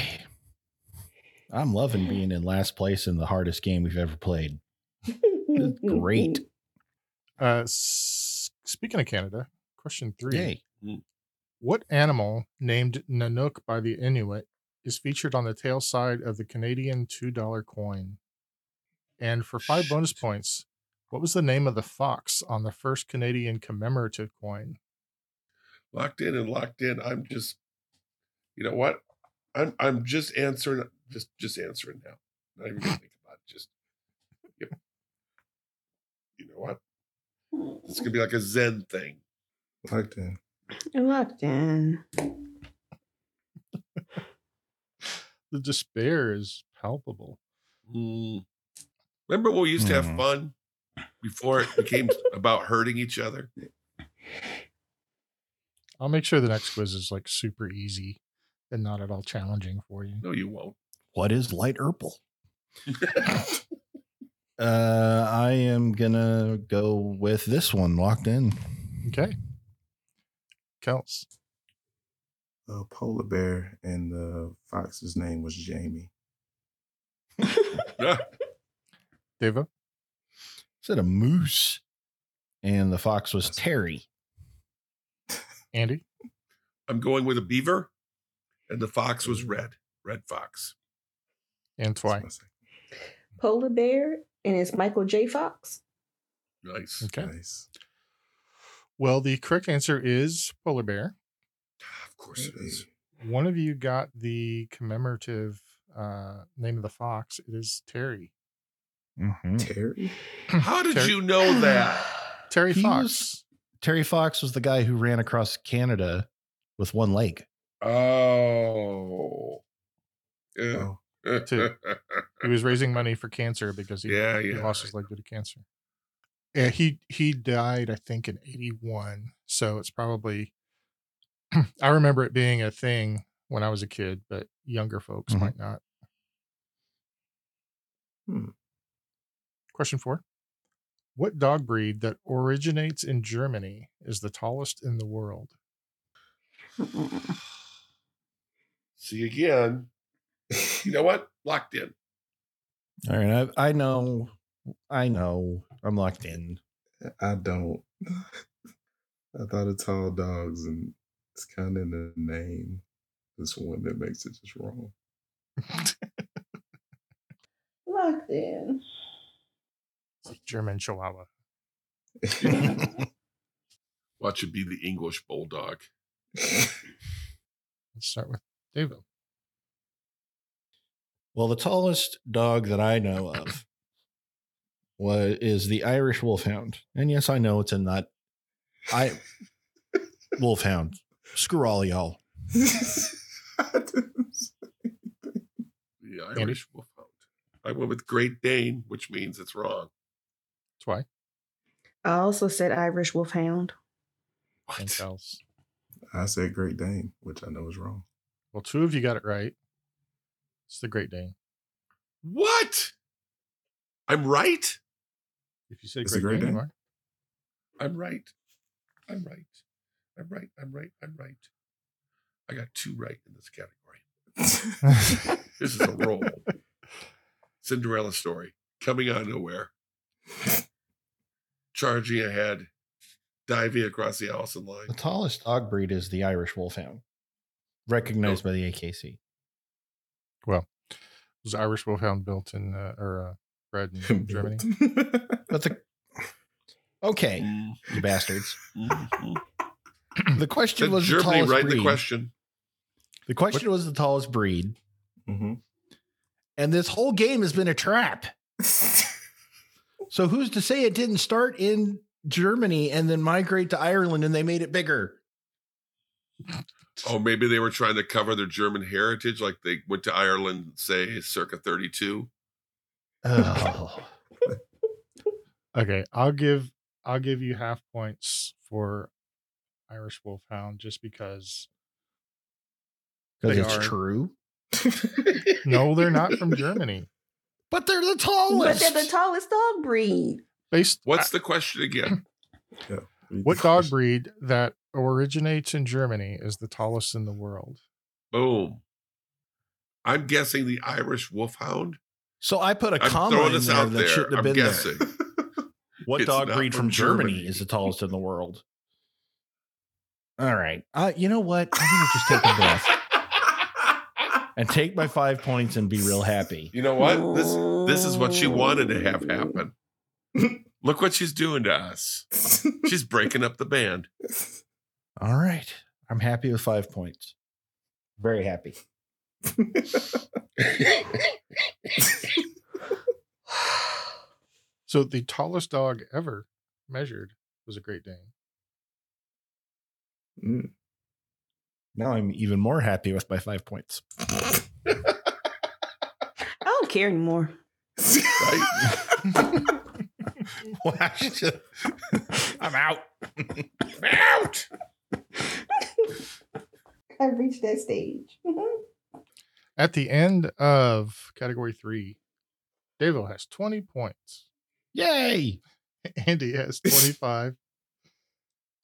A: I'm loving being in last place in the hardest game we've ever played. This is great.
E: Uh, s- speaking of Canada, question three.
A: Yay.
E: What animal named Nanook by the Inuit is featured on the tail side of the Canadian $2 coin? And for five bonus points, what was the name of the fox on the first Canadian commemorative coin?
D: Locked in and locked in. I'm just you know what? I'm I'm just answering just just answering now. Not even gonna think about it. Just yep. you know what? It's gonna be like a Zen thing.
B: Locked in.
C: Locked in.
E: The despair is palpable.
D: Mm. Remember when we used to have
A: Hmm.
D: fun before it became about hurting each other?
E: I'll make sure the next quiz is like super easy and not at all challenging for you.
D: No, you won't.
A: What is light purple? Uh, I am gonna go with this one locked in.
E: Okay. Kels,
B: A uh, polar bear and the fox's name was Jamie.
E: Deva,
A: Said a moose, and the fox was Terry.
E: Andy,
D: I'm going with a beaver, and the fox was red, red fox.
E: and
B: That's
E: Twy.
B: my second.
C: Polar bear, and it's Michael J. Fox.
D: Nice.
E: Okay.
B: Nice.
E: Well, the correct answer is polar bear.
D: Of course it is.
E: One of you got the commemorative uh, name of the fox. It is Terry.
A: Mhm.
B: Terry.
D: How did
E: Terry-
D: you know that?
E: Terry
A: He
E: Fox.
A: was- Terry Fox was the guy who ran across Canada with one leg.
D: Oh. Eh, Yeah.
B: Oh,
E: Two. he was raising money for cancer because he,
D: Yeah,
E: he
D: yeah,
E: lost his leg due to cancer. Yeah, he he died, I think, in eighty one. So it's probably I remember it being a thing when I was a kid, but younger folks
A: Mhm.
E: might not.
B: Hmm.
E: Question four. What dog breed that originates in Germany is the tallest in the world?
D: See again. You know what? Locked in.
A: All right, I, I know, I know, I'm locked in.
B: I don't. I thought of tall dogs, and it's kind of in the name. This one that makes it just wrong.
C: Locked in.
E: It's a German Chihuahua.
D: Watch it be the English bulldog.
E: Let's start with David.
A: Well, the tallest dog that I know of was is the Irish Wolfhound, and yes, I know it's in that I Wolfhound. Screw all y'all.
B: I didn't say anything.
D: The Irish wolfhound. I went with Great Dane, which means it's wrong.
E: Twy.
C: I also said Irish Wolfhound.
E: Thanks, else.
B: I said Great Dane, which I know is wrong.
E: Well, two of you got it right. It's the Great Dane.
D: What? I'm right.
E: If you say
B: It's
E: Great,
B: the Great
E: Dane, you
B: Dane.
E: are.
D: I'm right. I'm right. I'm right. I'm right. I'm right. I got two right in this category. This is a roll. Cinderella story coming out of nowhere, charging ahead, diving across the Allison line.
A: The tallest dog breed is the Irish Wolfhound, recognized by the AKC.
E: was Irish Wolfhound built in uh, or uh, bred in Germany?
A: But the okay,
D: Mm,
A: you bastards.
D: mm,
A: The question
D: mm.
A: was the
D: Germany,
A: tallest
D: right?
A: breed.
D: The question.
A: The question was the tallest breed,
B: hmm
A: and this whole game has been a trap. So who's to say it didn't start in Germany and then migrate to Ireland and they made it bigger?
D: Oh, maybe they were trying to cover their German heritage, like they went to Ireland, say, circa 32.
A: Oh,
E: Okay, I'll give I'll give you half points for Irish Wolfhound just because.
A: because
E: They
A: it's
E: are.
A: true.
E: No, they're not from Germany.
A: But they're the
C: But
A: tallest.
C: they're the tallest dog breed.
E: Based
D: What's the question again?
E: what dog breed that originates in Germany is the tallest in the world?
D: Boom. I'm guessing the Irish Wolfhound.
A: so I put a
D: I'm
A: comma
D: throwing
A: in
D: this
A: there
D: out
A: that
D: there.
A: shouldn't have
D: I'm
A: been
D: guessing.
A: there. What
D: It's
A: dog
D: not
A: breed from
D: from
A: Germany.
D: Germany.
A: is the tallest in the world? All right. Uh, you know what? I'm gonna just take a breath and take my five points and be real happy.
D: You know what? This this is what she wanted to have happen. Look what she's doing to us. She's breaking up the band.
A: All right. I'm happy with five points. Very happy.
E: So the tallest dog ever measured was a Great Dane.
B: Mm.
A: Now I'm even more happy with my five points.
C: I don't care anymore.
A: I'm out.
D: Out.
C: I've reached that stage.
E: At the end of category three, David has twenty points.
A: Yay.
E: Andy has 25.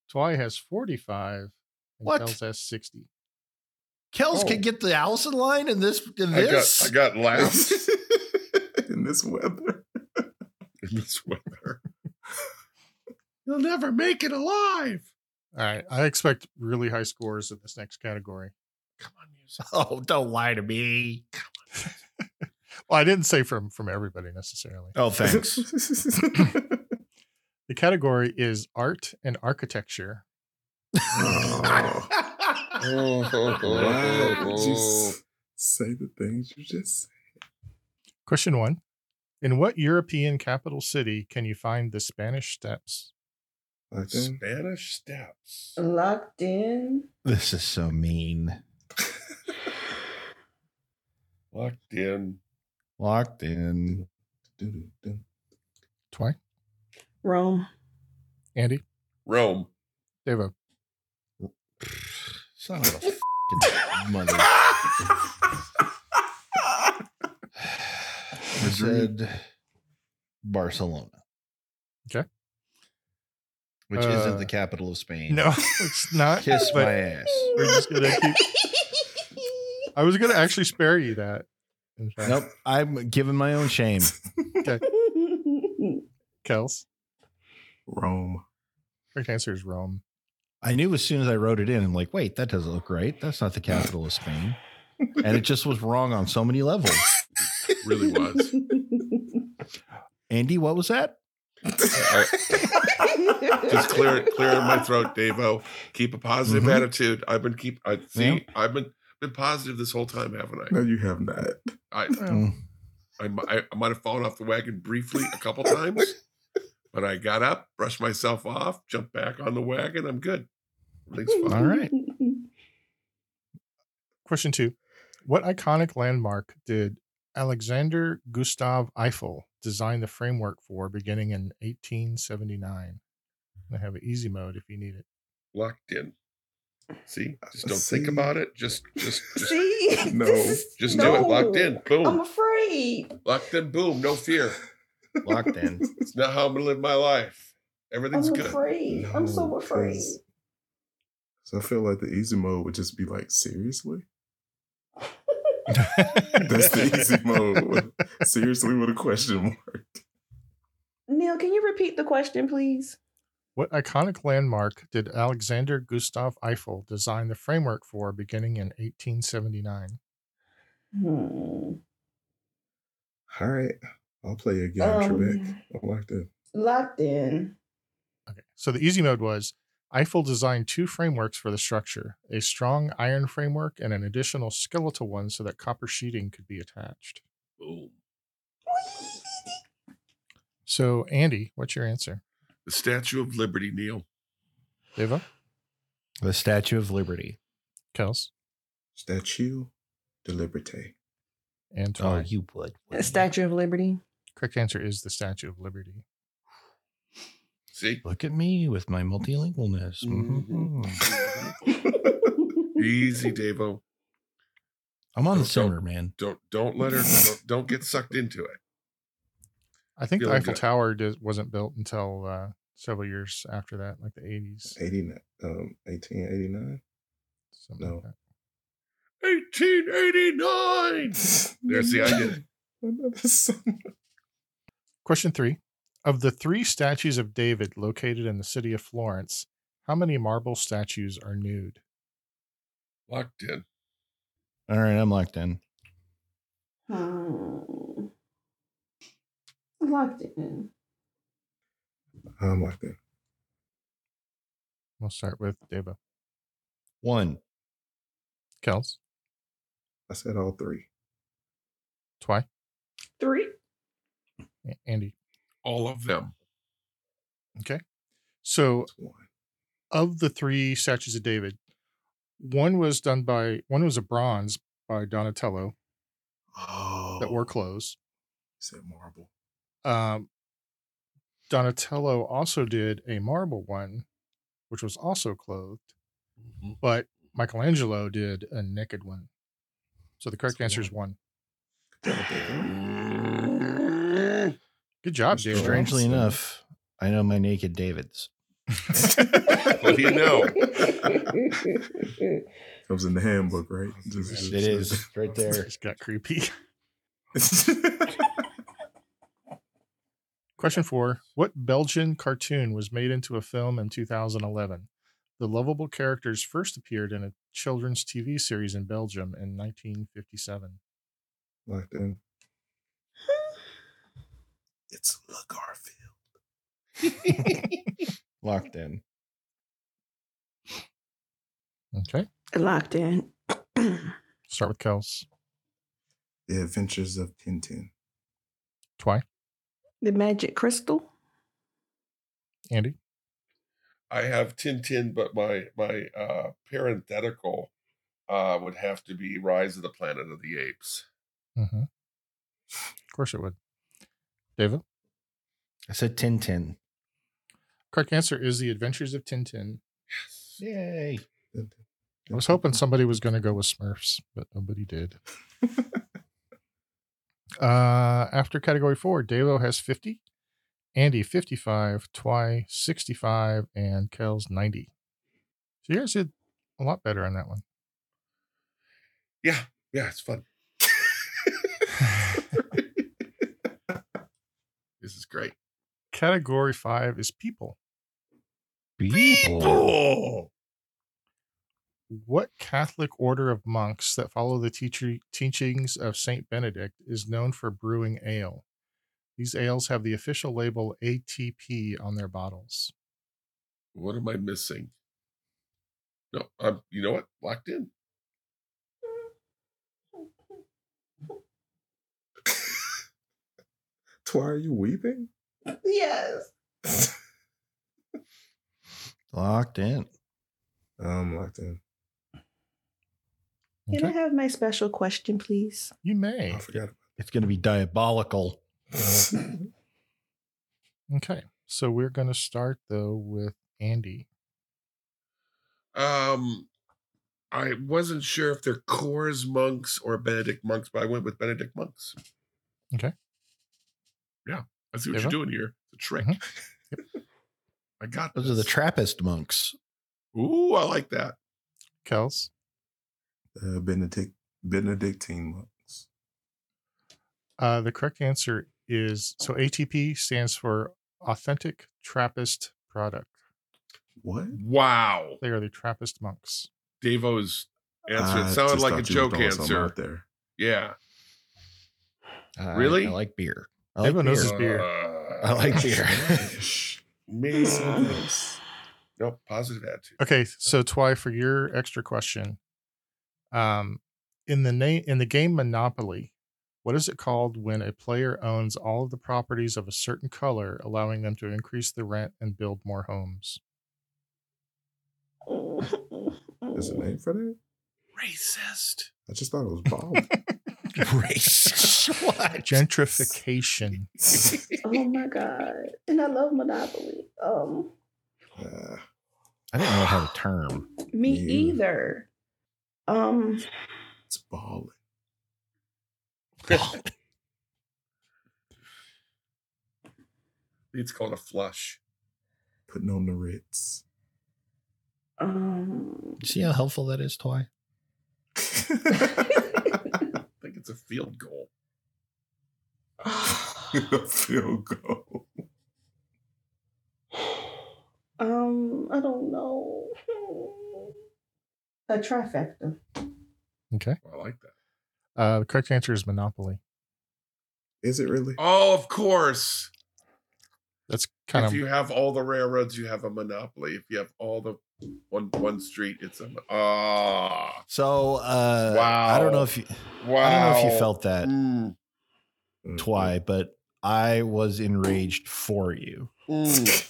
E: Twy has 45. And
A: What?
E: Kels has 60.
A: Kels
D: Oh.
A: can get the Allison line in this. In
D: I got
A: this.
D: I got last
B: In this weather.
D: in this weather. You'll never make it alive.
E: All right. I expect really high scores in this next category.
D: Come on, music.
A: oh, don't lie to me.
E: Well, I didn't say from from everybody necessarily.
A: Oh, thanks.
E: The category is art and architecture.
B: Oh. Why did you s- say the things you just said?
E: Question one In what European capital city can you find the Spanish Steps?
B: Like them?
D: Spanish steps.
C: Locked in.
A: This is so mean.
D: Locked in.
A: Locked in.
B: Doo-doo-doo.
E: Twy,
C: Rome.
E: Andy,
D: Rome.
E: Devo.
A: Son of a fucking mother. I said Barcelona.
E: Okay.
A: Which
E: Uh,
A: isn't the capital of Spain.
E: No, it's not.
A: Kiss
E: but
A: my ass.
E: We're just gonna keep. I was gonna actually spare you that. In fact,
A: Nope. I'm giving my own shame.
E: Kels.
B: Rome.
E: Correct answer is Rome.
A: I knew as soon as I wrote it in, I'm like, wait, that doesn't look right. That's not the capital of Spain. And it just was wrong on so many levels.
D: Really was.
A: Andy, what was that?
D: I- I- just clear clear my throat, Davo. Keep a positive
A: Mhm.
D: attitude. I've been keep I see
A: Yeah.
D: I've been been positive this whole time, haven't
B: No, you have not.
D: I? I
E: Oh.
A: Mm.
D: I, mi- I, I might have fallen off the wagon briefly a couple times, but I got up, brushed myself off, jumped back on the wagon. I'm good. Everything's fine.
A: All right.
E: Question two: What iconic landmark did Alexander Gustav Eiffel design the framework for, beginning in 1879? I have an easy mode if you need it.
D: Locked in. See, just don't
B: See?
D: think about it. Just, just, just,
C: Uh, See?
B: No.
C: This is-
D: just do it. Locked in. Boom.
C: I'm afraid.
D: Locked in. Boom. No fear.
A: Locked in.
D: It's not how I'm gonna live my life. Everything's
C: I'm
D: good.
C: afraid. I'm so
B: No,
C: afraid.
B: 'cause- So I feel like the easy mode would just be like, seriously? That's the easy mode. seriously with a question mark.
C: Neil, can you repeat the question, please?
E: What iconic landmark did Alexander Gustav Eiffel design the framework for, beginning in 1879?
C: Hmm.
B: All right. I'll play a game,
C: Um,
B: Trebek. I like that.
C: Locked in.
E: Okay. So the easy mode was Eiffel designed two frameworks for the structure a strong iron framework and an additional skeletal one so that copper sheeting could be attached.
D: Boom.
E: So, Andy, what's your answer?
D: The Statue of Liberty, Neil.
E: Deva?
A: The Statue of Liberty.
E: Kels?
B: Statue de Liberté.
E: And
A: Oh,
E: Twy.
A: you would.
C: Statue of Liberty.
E: Correct answer is the Statue of Liberty.
D: See,
A: Look at me with my multilingualness.
D: Mhm.
A: Mhm.
D: easy, Davo.
A: I'm on the
D: Don't- don't-
A: simmer, man.
D: Don't don't let her. Don't, don't get sucked into it.
E: I think the
D: Feeling
E: Eiffel
D: good.
E: Tower dis- wasn't built until uh, several years after that, like the 80s.
B: 89, um, 1889?
E: something like
B: No.
E: that.
D: 1889. There, see, I did it.
B: Another song.
E: Question three. Of the three statues of David located in the city of Florence, how many marble statues are nude?
D: Locked in.
A: All right, I'm locked in.
C: Hmm. Locked in.
B: I'm like that.
E: We'll start with Deva.
A: One.
E: Kels,
B: I said all three.
E: Twy,
C: Three.
E: A- Andy.
D: All of them.
E: Okay. So
B: It's one.
E: of the three statues of David, one was done by one was a bronze by Donatello
B: Oh.
E: that wore clothes.
B: said marble.
E: Um, Donatello also did a marble one, which was also clothed,
B: Mm-hmm.
E: but Michelangelo did a naked one. So the correct
B: So
E: answer is one. Good job,
B: That's
E: David.
A: Strangely
B: Awesome.
A: enough, I know my naked Davids.
D: What do you know?
B: Comes in the handbook, right? Just-
A: It is right there.
E: This got creepy.
B: That's
E: Question four: What Belgian cartoon was made into a film in 2011? The lovable characters first appeared in a children's TV series in Belgium in 1957.
B: Locked in. It's LaGarfield.
A: Locked in.
E: Okay.
C: Locked in.
E: Start with Kels.
B: The Adventures of Tintin.
E: Twy.
C: the magic crystal.
E: Andy.
D: I have Tintin, but my my uh, parenthetical uh, would have to be Rise of the Planet of the Apes.
E: Mm-hmm. Of course it would. David.
A: I said Tintin.
E: Correct answer is The Adventures of Tintin.
A: Yay.
E: I was hoping somebody was going to go with Smurfs, but nobody did. uh, after category four, Dalo has 50, Andy 55, Twy 65, and Kells 90. So you guys did a lot better on that one.
D: Yeah, yeah, it's fun. this is great.
E: Category five is people.
A: People.
E: What Catholic order of monks that follow the teacher, teachings of Saint Benedict is known for brewing ale? These ales have the official label ATP on their bottles.
D: What am I missing? No, I'm. You know what? Locked in.
B: Twy, are you weeping?
C: Yes.
A: Locked in.
B: I'm locked in.
C: Can I have my special question, please?
E: You may.
B: I forgot.
A: It's going to be diabolical.
E: Okay. So we're going to start though with Andy.
D: Um, I wasn't sure if they're Coors monks or Benedict monks, but I went with Benedict monks.
E: Okay.
D: Yeah, I see what
E: Ava?
D: you're doing here. It's a trick.
E: Mhm.
D: I got
A: Mm-hmm. Those are the
D: this.
A: Trappist monks.
D: Ooh, I like that.
E: Kels,
B: Uh, Benedict Benedictine monks.
E: uh, the correct answer is so ATP stands for Authentic Trappist Product.
B: What?
D: Wow,
E: They are the Trappist monks.
D: Devo's answer
B: I
D: it sounded
B: Uh, just
D: like a
B: thought you were
D: joke
B: throwing something
D: answer.
B: out there.
D: Yeah,
A: I-
D: Really?
A: I like beer. I like
E: Everyone knows
A: beer.
E: this- beer.
D: Uh,
A: I like beer.
D: me. nope, positive attitude.
E: Okay, so Twy, for your extra question, um, in the name in the game Monopoly, what is it called when a player owns all of the properties of a certain color, allowing them to increase the rent and build more homes?
B: There's a name for that?
D: Racist.
B: I just thought it was bald.
A: Race. what?
E: Gentrification.
C: Oh my god! And I love Monopoly. Um,
B: Uh,
A: I didn't know it had a term.
C: me
B: You.
C: either. Um,
B: it's balling.
D: It's called a flush.
B: Putting on the Ritz.
C: um,
A: You see how helpful that is, Twy?
D: I think it's a field goal.
B: Field goal.
C: um, I don't know. A trifecta.
E: Okay.
D: I like that.
E: Uh, the correct answer is Monopoly.
B: Is it really?
D: Oh, of course.
E: That's kind
D: if
E: of
D: you have all the railroads, you have a monopoly. If you have all the one one street, it's a mon- ah.
A: So, uh,
D: Wow.
A: I don't know if you,
D: wow.
A: I don't know if you felt that,
D: Mm,
B: Mm.
A: Twy, but I was enraged for you.
D: mm.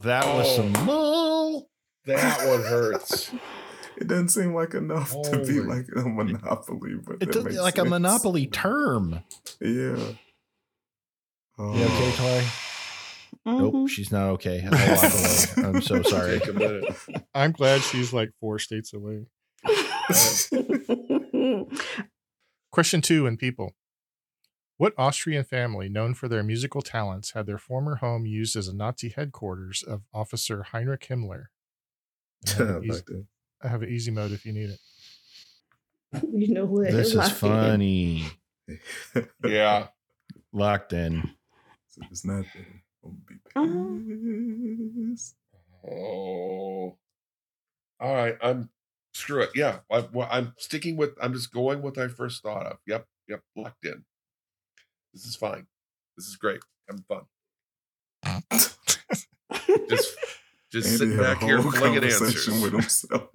A: That was
D: Oh.
A: some bull.
D: that one hurts.
B: It doesn't seem like enough to be
D: Holy-
B: like a monopoly, but
A: It
B: that
A: does,
B: makes
A: like
B: sense.
A: a monopoly term.
B: Yeah. Oh,
A: You okay, Twy? Nope,
C: Mhm.
A: she's not okay. I'll walk away. I'm so sorry.
D: Take a minute.
E: I'm glad she's like four states away.
C: Mm-hmm.
E: Question two in People. What Austrian family, known for their musical talents, had their former home used as a Nazi headquarters of Officer Heinrich Himmler? I have,
B: I
E: an easy,
B: like that.
E: I have an easy mode if you need it.
C: you know what?
A: This is
C: Locked in.
A: funny.
D: Yeah.
A: Locked in.
B: So it's nothing. I'm
C: Uh-huh.
B: gonna be
C: Mhm.
B: pissed.
D: Oh. All right. I'm screw it. Yeah. I, well, I'm sticking with. I'm just going with what I first thought of. Yep. Yep. Locked in. This is fine. This is great. I'm fun. just just
B: Andy
D: sitting
B: had a
D: back here
B: whole
D: flinging
B: conversation
D: answers.
B: with himself.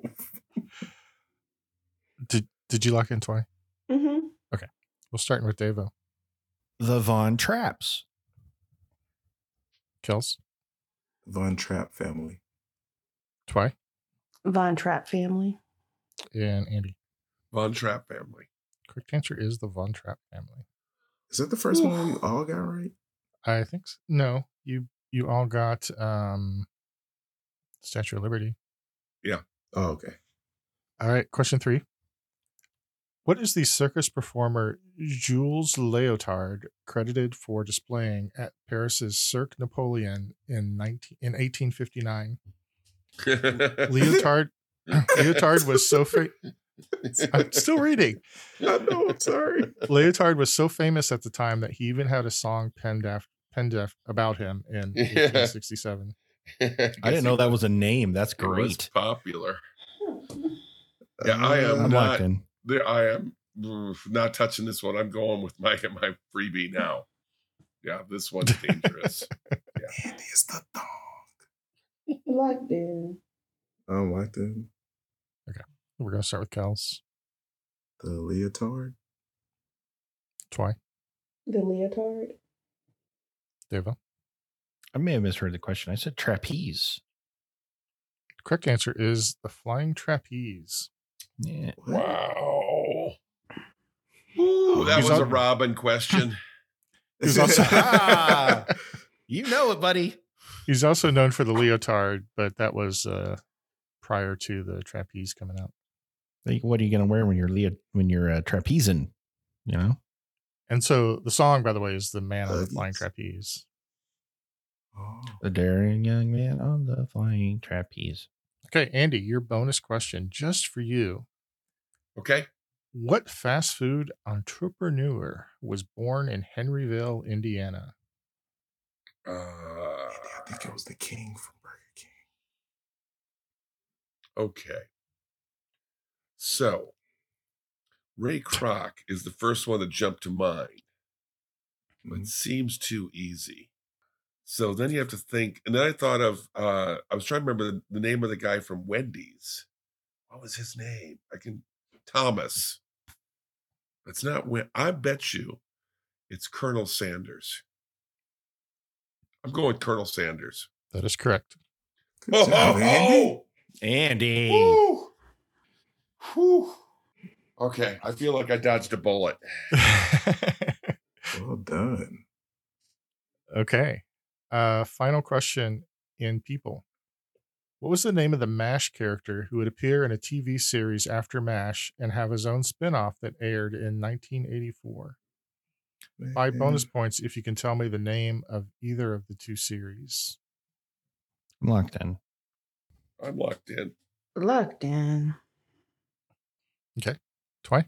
E: Did Did you lock in Twy?
C: Mm-hmm.
E: We're starting with Davo.
A: The Von Traps.
E: Kels,
B: Von Trapp family.
E: Twy,
C: Von Trapp family.
E: and Andy.
D: Von Trapp family.
E: Correct answer is the Von Trapp family.
B: Is that the first one we all got right?
E: I think so. no. You you all got um Statue of Liberty.
B: Oh, okay.
E: All right, question three. What is the circus performer Jules Leotard credited for displaying at Paris's Cirque Napoleon in 19, in 1859? Leotard Leotard was so fa- I'm still reading.
B: I know. I'm sorry.
E: Leotard was so famous at the time that he even had a song penned af- penned af- about him in
D: Yeah.
E: 1867.
A: I didn't know that was a name. That's
D: It was
A: great.
D: popular. Yeah, I am
A: I'm
B: Um,
A: locked
D: not.
A: in.
D: There, I am mm, not touching this one. I'm going with my my freebie now. Yeah, this one's dangerous.
B: Andy is the dog.
C: Locked in.
B: I don't like them.
E: We're gonna start with Cal's
B: The leotard.
E: Twy,
C: The leotard.
E: Devo.
A: I may have misheard the question. I said trapeze.
E: Correct answer is the flying trapeze.
A: Yeah.
B: What?
D: wow. Ooh, that
E: Oh, He's
D: was a
E: on-
D: Robin question.
E: He's also-
B: Oh,
A: Ah! You know it, buddy.
E: He's also known for the leotard, but that was uh, prior to the trapeze coming out.
A: Like, what are you going to wear when you're Leo, when you're uh, trapezing? You know,
E: And so the song, by the way, is "The Man on the Flying
B: Nice.
E: Trapeze."
B: Oh,
A: the daring young man on the flying trapeze.
E: Okay, Andy, your bonus question just for you:
D: Okay.
E: What fast food entrepreneur was born in Henryville, Indiana?
D: Uh,
B: Andy, I think it was the king from Burger King.
D: okay. So, Ray Kroc is the first one that jumped to mind. It
B: Mhm.
D: seems too easy. So then you have to think, and then I thought of uh I was trying to remember the, the name of the guy from Wendy's. What was his name? I can Thomas. It's not when I bet you it's Colonel Sanders. I'm going with Colonel Sanders.
E: That is correct.
B: Good
D: Oh,
B: job, Andy.
A: Andy.
D: Woo! Whew. Okay, I feel like I dodged a bullet.
B: Well done.
E: okay. Uh, final question in People. What was the name of the MASH character who would appear in a TV series after MASH and have his own spin off that aired in 1984? Five bonus points if you can tell me the name of either of the two series.
A: I'm locked in.
D: I'm locked in.
C: Locked in.
E: Twy,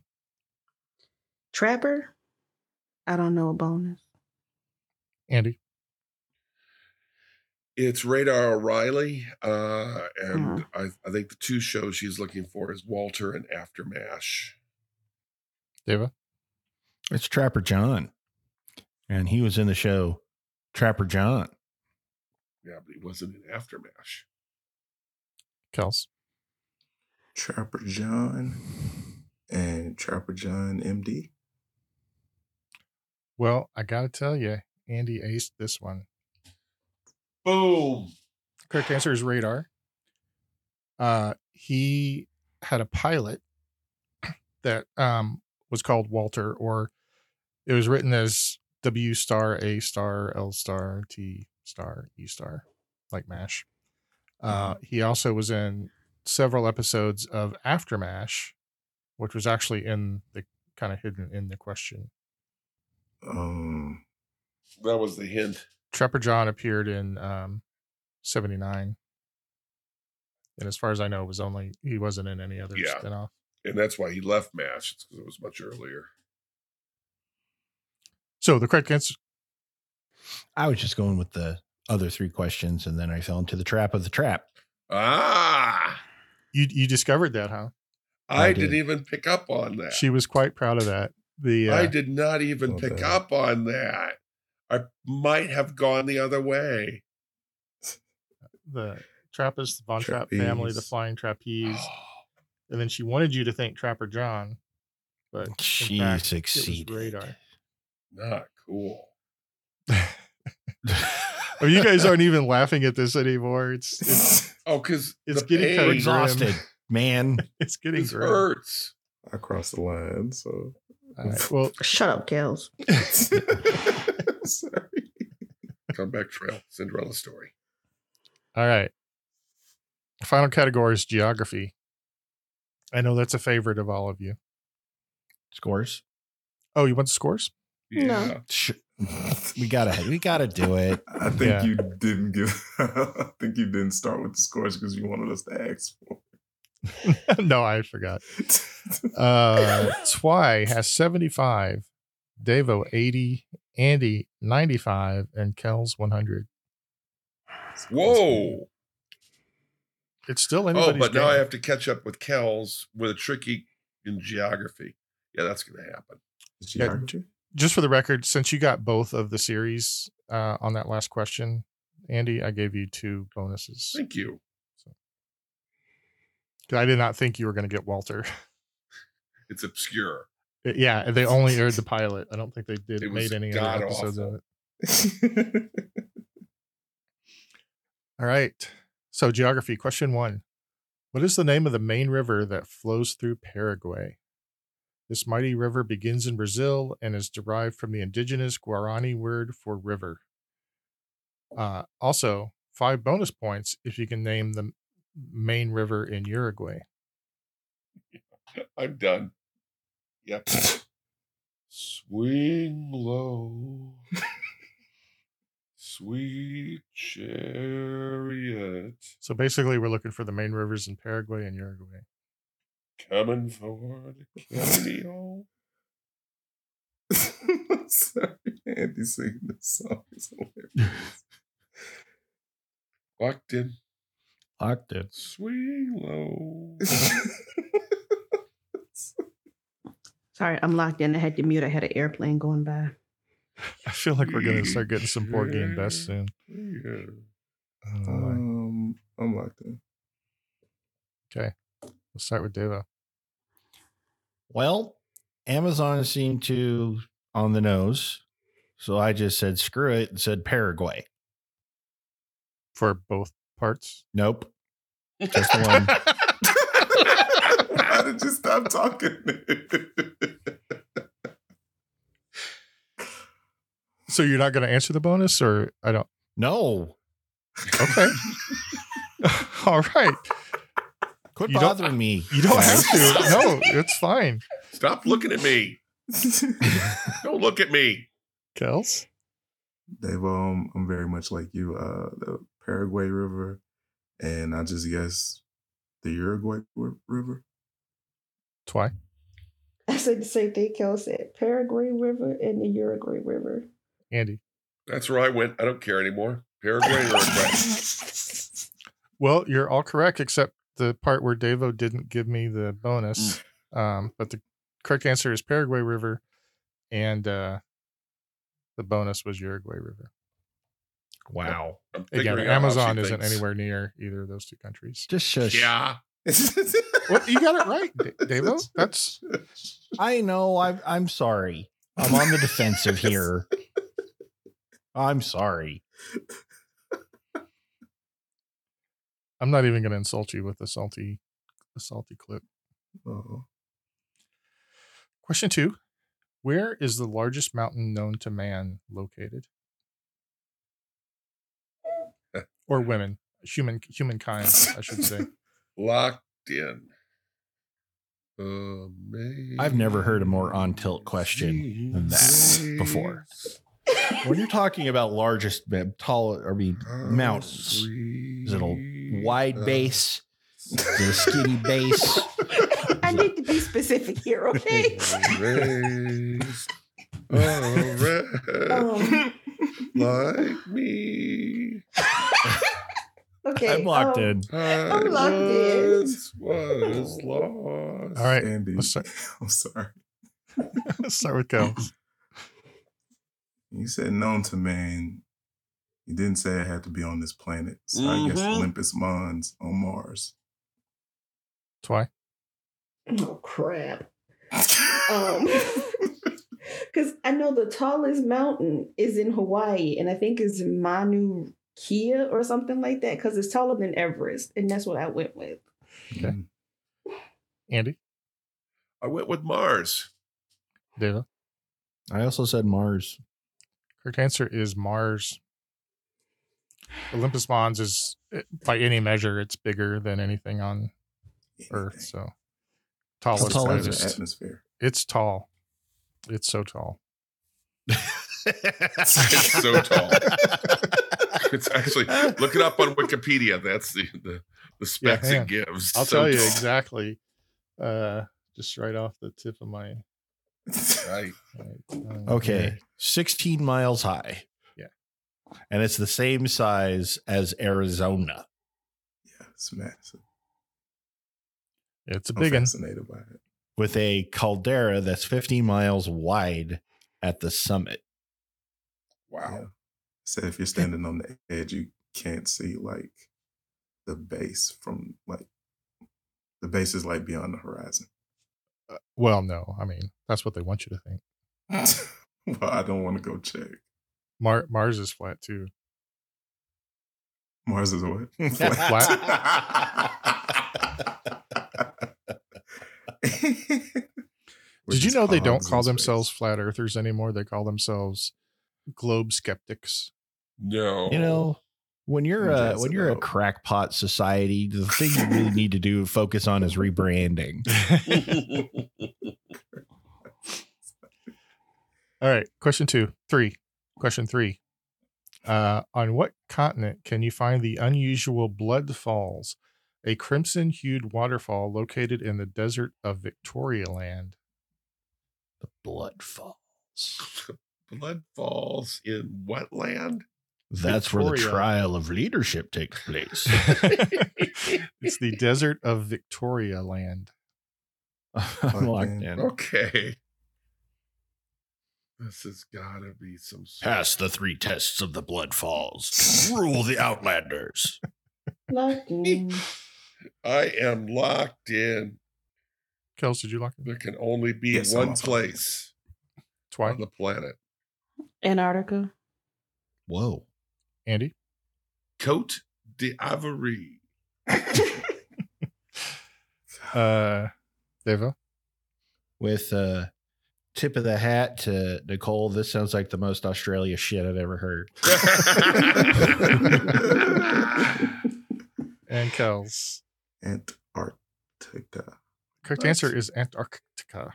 C: Trapper. I don't know a bonus.
E: Andy,
D: It's Radar O'Reilly, uh, and I, I think the two shows she's looking for is Walter and After Mash.
E: Deva,
A: It's Trapper John. And he was in the show Trapper John.
D: Yeah, but he wasn't in After Mash.
E: Kels.
B: Trapper John and Trapper John MD.
E: Well, I got to tell you, Andy aced this one.
D: Boom.
E: correct answer is radar. Uh, he had a pilot that um, was called Walter, or it was written as W star, A star, L star, T star, E star, like MASH. Uh, he also was in several episodes of After MASH, which was actually in the kind of hidden in the question.
B: Um,
D: That was the hint.
E: Trapper John appeared in um, 79. And as far as I know, it was only he wasn't in any other
D: Yeah.
E: spin-off.
D: And that's why he left Mash, because it was much earlier.
E: So the correct answer
A: I was just going with the other three questions and then I fell into the trap of the trap.
D: Ah,
E: you you discovered that, huh?
A: I
D: I, didn't
A: did.
D: even pick up on that.
E: She was quite proud of that. The uh,
D: I did not even
B: Well
D: pick
B: done.
D: up on that. I might have gone the other way.
E: the Trappist, the Von Trapp family, the
B: Trapeze.
D: Oh,
E: flying trapeze, and then she wanted you to think Trapper John, but in
A: She
E: fact, it was
A: succeeded.
E: radar.
D: Not cool.
E: I mean, Oh, you guys aren't even laughing at this anymore. It's it's,
D: Oh, because
E: It's getting kinda
A: We're
E: Hey,
A: exhausted,
E: Graham.
A: man.
E: it's getting
D: It
E: gross.
D: hurts.
B: I crossed the line, so
E: well,
C: Shut up, Kels.
B: sorry.
D: Comeback Trail, Cinderella story.
E: All right. Final category is geography. I know that's a favorite of all of you.
A: Scores.
E: Oh, you want the scores?
C: No.
D: Yeah.
A: Sh- we gotta we gotta do it.
B: I think
E: Yeah.
B: you didn't give. I think you didn't start with the scores because you wanted us to ask for.
E: no, I forgot.
B: it.
E: Uh, Twy has 75, Devo 80, Andy 95, and Kells 100.
D: Whoa.
E: It's still
D: Oh,
E: anybody's
D: but now
E: game.
D: I have to catch up with Kells with a tricky in geography. Yeah, that's going to happen.
B: Geography?
E: Just for the record, since you got both of the series uh, on that last question, Andy, I gave you two bonuses.
D: Thank you.
E: 'Cause I did not think you were going to get Walter.
D: It's obscure.
E: yeah, they only aired the pilot. I don't think they did
D: It was
E: made any other episodes of
D: god-awful.
E: it. All right. So, geography question one What is the name of the main river that flows through Paraguay? This mighty river begins in Brazil and is derived from the indigenous Guarani word for river. Uh, also, five bonus points if you can name the main river in Uruguay.
D: I'm done. Yep. Swing low. Sweet chariot
E: So, basically, we're looking for the main rivers in Paraguay and Uruguay.
D: coming forward. Cameo.
B: sorry, Andy singing this song is hilarious.
D: Walked in.
A: Octave.
D: Swing low.
C: Sorry, I'm locked in. I had to mute. I had an airplane going by.
E: I feel like we're going to start getting some board game best soon. Uh,
D: Yeah.
E: Alright,
B: um, I'm locked in.
E: We'll start with Devo.
A: Well, Amazon seemed to on the nose, so I just said screw it and said Paraguay.
E: for both parts.
A: Nope, just the one.
B: Why did you stop talking?
E: So you're not going to answer the bonus, or I don't.
A: No,
E: Okay. All right.
A: quit
E: You don't-
A: bothering me.
E: You don't
A: guys.
E: have to. No, it's fine.
D: Stop looking at me. Don't look at me.
E: Kels.
B: Dave, um, I'm very much like you. Uh, the Paraguay River, and I just guess the Uruguay ri- River.
E: Twy.
C: I said the same thing Kels said. Paraguay River and the Uruguay River.
E: Andy.
D: That's where I went. I don't care anymore. Paraguay or
E: Well, you're all correct except the part where Devo didn't give me the bonus. Um, but the correct answer is Paraguay River, and uh, the bonus was Uruguay River.
A: Wow,
D: I'm
E: Again,
D: figuring out how
E: Amazon
D: she
E: isn't
D: thinks.
E: anywhere near either of those two countries.
A: just shush.
D: Yeah.
E: What you got it right, Da- Devo. That's
A: I know. I'm I'm sorry. I'm on the defensive here. I'm sorry.
E: I'm not even going to insult you with a salty, a salty clip.
B: Oh,
E: Question two Where is the largest mountain known to man located? or women, human, humankind, I should say.
D: Locked in.
A: I've never heard a more on tilt question than that before. When you're talking about largest ma- tall, I mean,
D: Oh,
A: mountains, is it a
D: uh,
A: wide base? Is it a skinny base?
C: I need to be specific here, okay?
D: Raised a red
C: um,
D: like me.
C: okay.
A: I'm locked
C: um,
A: in.
E: Oh,
D: I
C: locked in.
D: once was lost.
E: All right,
B: Andy,
E: let's start,
B: I'm sorry.
E: let's start with Kels.
B: You said known to man. You didn't say it had to be on this planet. So I guess
D: Mhm.
B: Olympus Mons on Mars.
E: Twy.
C: Oh crap. um because I know the tallest mountain is in Hawaii, and I think it's Mauna Kea or something like that, because it's taller than Everest, and that's what I went with.
B: Hmm.
E: Okay. Andy,
D: I went with Mars.
E: Deva,
A: I also said Mars.
E: correct answer is Mars. Olympus Mons is, eh, by any measure, it's bigger than anything on Earth.
B: Anything.
E: So
A: How
E: tallest,
A: tall is it?
E: highest.
B: atmosphere.
E: It's tall. It's so tall.
A: it's
D: so tall. It's actually look it up on Wikipedia. That's the the, the
E: Yeah,
D: specs
E: hang on.
D: it gives.
E: I'll
D: So
E: tell you
D: tall.
E: exactly. Uh, just right off the tip of my.
D: Right.
E: my
B: Um,
E: tongue
A: Okay.
E: here.
A: 16 miles high.
E: Yeah.
A: And it's the same size as Arizona.
B: Yeah, it's massive.
E: It's a
B: I'm
E: big one.
B: fascinated by it.
A: with a caldera that's 50 miles wide at the summit.
D: Wow.
B: Yeah. So if you're standing on the edge, you can't see like the base from like the base is like beyond the horizon.
E: uh, Well, no. I mean, that's what they want you to think.
B: well, I don't want to go check.
E: Mar- Mars is flat too.
B: Mars is what? We're
E: Did you
B: just
E: know they don't
B: hogs in
E: call
B: space.
E: themselves flat earthers anymore? They call themselves globe skeptics.
D: No.
A: You know, when you're a,
B: Jazz
A: when
B: it
A: you're a
B: up.
A: crackpot society, the thing you really need to do focus on is rebranding.
E: All right. Question two, three. Question three. Uh, on what continent can you find the unusual blood falls, a crimson hued waterfall located in the desert of Victoria land?
A: The blood falls.
D: Blood falls in wetland.
A: That's where the
E: Victoria.
A: trial of leadership takes place.
E: it's the desert of Victoria land.
A: I'm locked in.
D: Okay. This has got to be some. sort-
A: Pass the three tests of the blood falls. Rule the outlanders.
C: Like, mm,
D: I am locked in.
E: Kels, did you lock it
D: There can only be
B: Yes, I'm
D: one
B: also-
D: place
E: twice?
D: on the planet.
C: Antarctica.
A: Whoa.
E: Andy?
D: Cote d'Ivoire.
E: Uh, Deva?
A: With uh tip of the hat to Nicole, this sounds like the most Australia shit I've ever heard.
E: And Kels.
B: Antarctica.
E: Correct
B: What?
E: answer is Antarctica.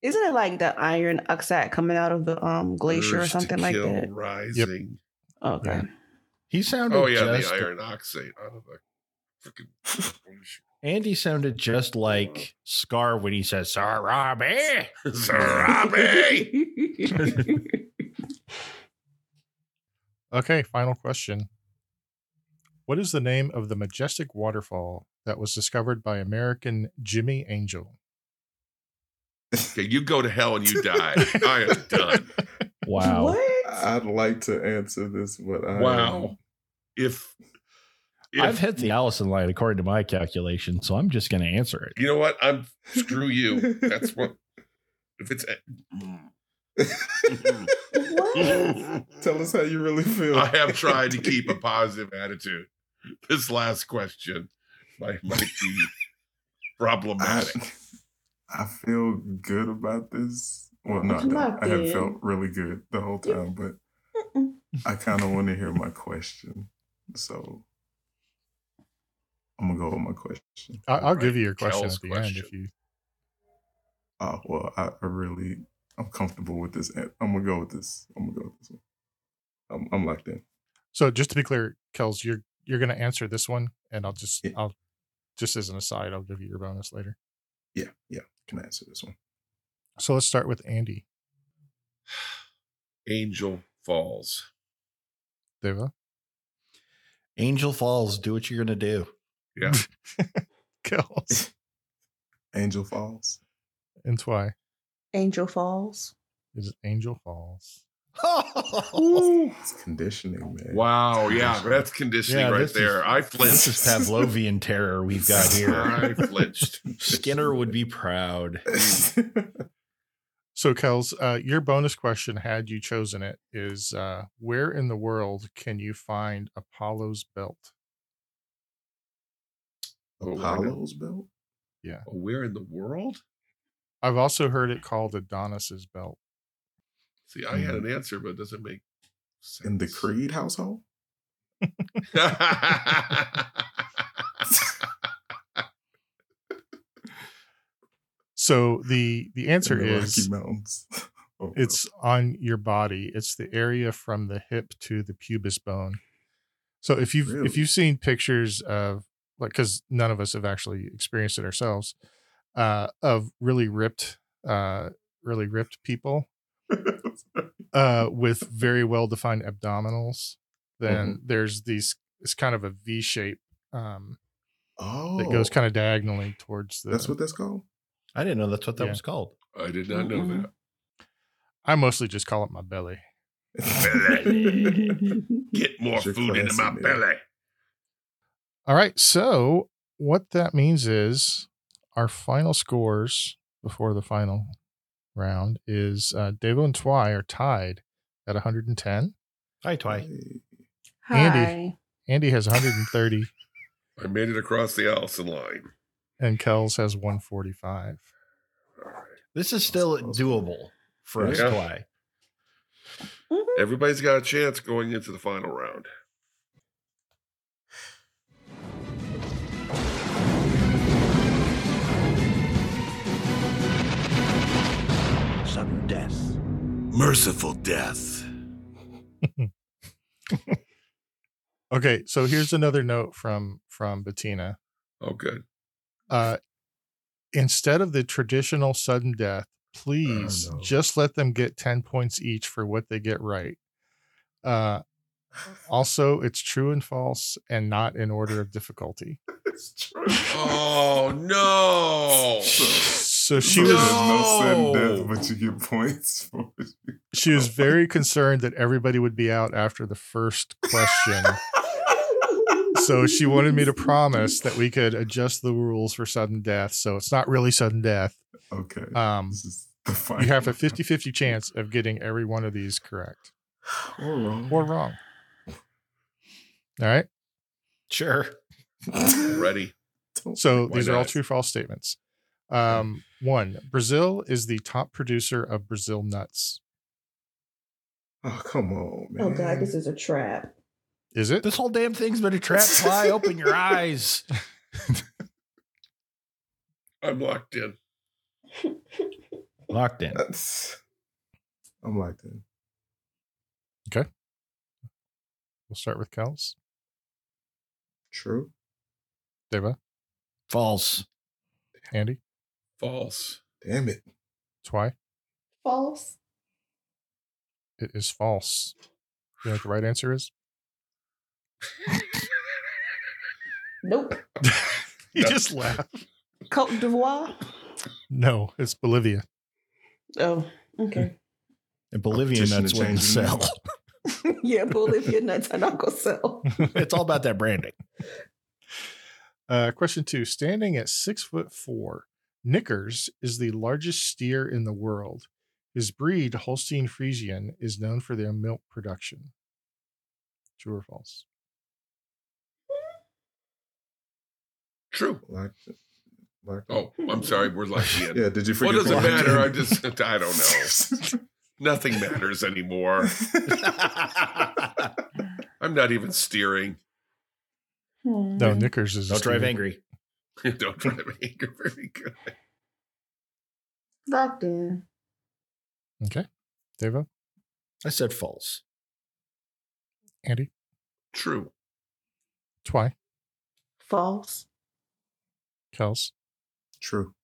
C: Isn't it like the iron oxide coming out of the um glacier or
D: Urge to
C: something like
D: kill
C: that?
D: Rising.
C: Okay.
A: He sounded
D: Oh yeah,
A: just
D: the iron oxide out of the freaking.
A: Andy sounded just like Scar when he says Sarabi.
D: Sarabi!
E: Okay, final question. What is the name of the majestic waterfall that was discovered by American Jimmy Angel?
D: Okay, you go to hell and you die. I am done.
A: Wow.
C: What?
B: I'd like to answer this, but I
D: Wow. Um, If, if
A: I've hit the Allison line according to my calculation, so I'm just going to answer it.
D: you know what, I'm screw you. That's what. If it's
C: What?
B: Tell us how you really feel.
D: I have tried to keep a positive attitude. This last question might, might be
B: I,
D: problematic.
B: I feel good about this. Well, no, I
C: Come
B: don't.
C: on,
B: I have
C: dude.
B: felt really good the whole
C: You-
B: time, but
C: Mm-mm.
B: I kind of want to hear my question. So I'm gonna go with my question.
E: I- I'll
D: Right,
E: give you your question
D: Kel's
E: at the end if
D: question.
E: you.
B: Oh well, I, I really I'm comfortable with this. an- I'm gonna go with this. I'm gonna go with this one. I'm, I'm locked in.
E: So just to be clear, Kels, you're you're gonna answer this one, and I'll just
B: Yeah.
E: I'll just as an aside, I'll give you your bonus later.
B: Yeah, yeah. Can I answer this one?
E: So let's start with Andy,
D: Angel Falls.
E: Deva,
A: Angel Falls, do what you're going to do.
D: Yeah.
E: Kels,
B: Angel Falls.
E: and Twy.
C: Angel Falls.
E: Is it Angel Falls?
B: It's conditioning, man.
D: Wow, yeah, that's conditioning
A: Yeah,
D: right
A: this is-
D: there. I
A: This
D: flinched.
A: is Pavlovian terror we've got here.
D: I flinched.
A: Skinner would be proud.
E: So, Kels, uh, your bonus question, had you chosen it, is uh, where in the world can you find Apollo's belt?
D: Oh, I know.
B: Apollo's belt?
D: Oh, Where in the world?
E: I've also heard it called Adonis's belt.
D: See, I had an answer, but it doesn't make sense.
B: In the Creed household?
E: So the the answer
B: in the
E: is
B: Rocky Mountains. Oh,
E: it's on your body. It's the area from the hip to the pubis bone. So if you've if
B: Really?
E: you've seen pictures of like because none of us have actually experienced it ourselves, uh, of really ripped uh really ripped people uh, with very well defined abdominals. Then
B: Uh-huh.
E: there's these. It's kind of a V shape um,
B: oh,
E: that goes kind of diagonally towards the.
B: That's what that's called.
A: I didn't know that's what that
E: Yeah.
A: was called.
D: I did not know
A: Mm-hmm.
D: that.
E: I mostly just call it my belly.
D: Get more
B: It's your
D: food into my
B: classy, man.
D: belly.
E: All right. So what that means is our final scores before the final round is uh, Devo and Twy are tied at 110.
A: Hi, Twy.
B: Hey,
E: Andy. Andy has 130,
D: I made it across the Allison line.
E: and Kells has 145.
D: All right.
A: This is still doable for us,
D: Yeah.
A: Twy.
D: Everybody's got a chance going into the final round.
A: Sudden death.
D: Merciful death.
E: Okay, so here's another note from from Bettina.
D: Oh, good.
E: uh, instead of the traditional sudden death, please
B: no.
E: just let them get 10 points each for what they get right. Uh, also, it's true and false and not in order of difficulty.
B: It's true.
D: Oh no!
E: So she
B: So there's
E: was
B: no
D: No.
B: sudden death, but you get points for it.
E: she was very concerned that everybody would be out after the first question. So she wanted me to promise that we could adjust the rules for sudden death. So it's not really sudden death.
B: Okay.
E: Um,
B: this is the final.
E: you have a 50 50 chance of getting every one of these correct.
B: Or wrong.
E: or wrong. All right.
A: Sure.
B: Oh,
D: Ready?
E: So
D: Why
E: these are all
D: not?
E: true false statements. Um, one, Brazil is the top producer of Brazil nuts.
B: Oh, come on, man.
C: Oh God, this is a trap.
E: Is it?
A: This whole damn thing's been a trap. Twy, open your eyes.
D: I'm locked in.
A: Locked in.
B: That's- I'm like that.
E: We'll start with Kels,
B: True.
E: Deva,
A: False.
E: Andy,
D: False.
B: Damn it.
E: Twy.
C: False.
E: It is false. You know what the right answer is?
C: Nope.
E: You
D: No.
E: just laugh.
C: Cote d'Ivoire.
E: No, it's Bolivia.
C: Oh, okay.
A: And Bolivian
B: Petition to
A: nuts wouldn't
B: change the name.
A: sell.
C: yeah, pull if you're nuts and Uncle Sell.
A: it's all about that branding.
E: Uh, question two: Standing at six foot four, Nickers is the largest steer in the world. His breed, Holstein Friesian, is known for their milk production. True or false?
D: True.
B: Like that. Like that.
D: Oh, I'm sorry. We're locked in.
B: Yeah, did you
D: What
B: forget?
D: does it
B: the
D: matter? I
B: lock-in?
D: just I don't know. Nothing matters anymore. I'm not even steering.
E: No,
C: Hmm.
E: Nickers is. a
A: Don't drive
E: steer.
A: angry.
D: don't drive anger very good.
C: Locked in.
E: Okay, Devo,
A: I said false.
E: Andy,
D: True.
E: Twy,
C: False.
E: Kels,
B: True.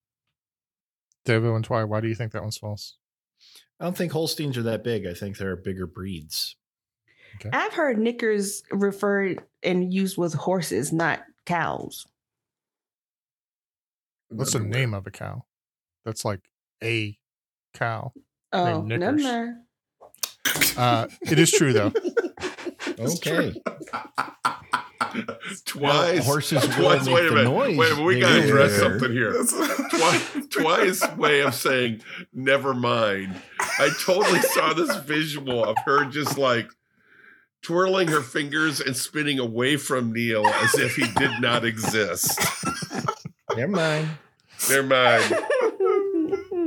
E: Devo, and Twy. Why do you think that one's false?
A: I don't think Holsteins are that big. I think there are bigger breeds.
C: I've heard knickers referred and used with horses, not cows.
E: What's the name of a cow? That's like a cow.
C: Oh,
E: They're
C: never mind.
E: knickers. Uh, it is true though.
A: Okay.
D: Twice.
A: horses will
D: twice.
A: make
D: Wait a
A: the
D: minute.
A: noise
D: Wait a minute. We
A: they
D: got to
A: do.
D: address
A: Yeah.
D: something here. Twice, twice way of saying never mind. I totally saw this visual of her just like twirling her fingers and spinning away from Neil as if he did not exist.
A: Never mind.
D: Never mind.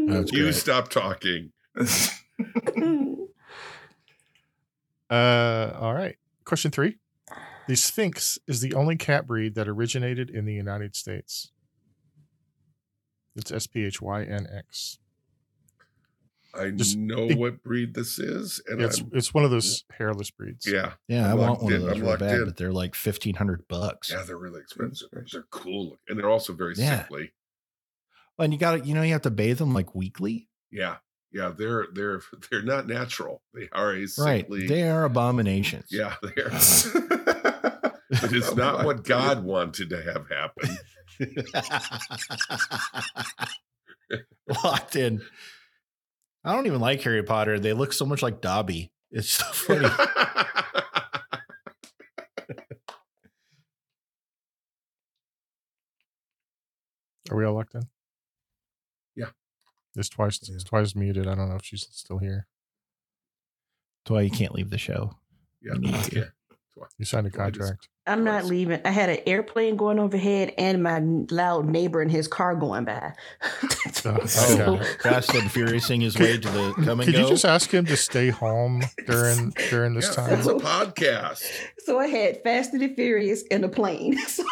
A: That's
D: You
A: great.
D: stop talking.
E: Uh, all right. Question three: The Sphinx is the only cat breed that originated in the United States. It's S P H Y N X.
D: I
E: Just-
D: know
E: it-
D: what breed this is, and
E: It's
D: I'm,
E: it's one of those hairless breeds.
D: yeah,
A: Yeah, i
D: I'm
A: want
D: locked
A: one of
D: in.
A: those
D: I'm
A: real
D: locked
A: bad,
D: in.
A: but they're like fifteen hundred bucks.
D: yeah, they're really expensive. They're cool, and they're also very
A: Yeah.
D: sickly.
A: And you got to, you know, you have to bathe them like weekly,
D: Yeah, yeah, they're they're they're not natural. They are a
A: right?
D: sickly.
A: They are abominations.
D: yeah, they are. it
A: Oh
D: is not what God wanted to have happen.
A: Locked in. I don't even like Harry Potter. They look so much like Dobby. It's so funny.
E: Are we all locked in?
D: Yeah.
E: It's twice.
B: Yeah.
E: It's twice muted. I don't know if she's still here.
A: That's why you can't leave the show.
D: yeah,
A: You need
D: yeah.
A: to.
E: You signed a
D: Well, I just-
E: contract.
C: I'm not
D: Christ.
C: leaving. I had an airplane going overhead and my loud neighbor in his car going by.
A: Oh, fast and furiousing his way to the come and
E: Could
A: go.
E: you just ask him to stay home during during this
D: Yeah,
E: time?
D: It's a podcast.
C: So I had Fast and the Furious and a plane. So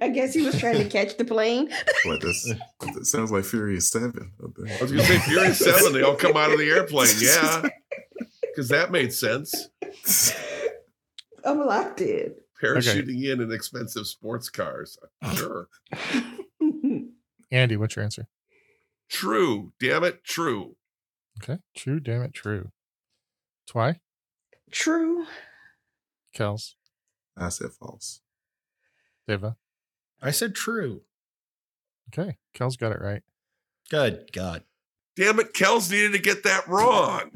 C: I guess he was trying to catch the plane.
B: What this? That sounds like Furious Seven. up there.
D: I was gonna say Fury Seven. They all come out of the airplane. Yeah, because that made sense.
C: I'm locked in.
D: Parachuting in in expensive sports cars. Sure.
E: Andy, what's your answer?
D: True. Damn it. True.
E: Okay. True. Damn it. True. Twy.
C: True.
E: Kels.
B: I said false.
E: Deva.
A: I said true.
E: Okay. Kels got it right.
A: Good God.
D: Damn it. Kells needed to get that wrong.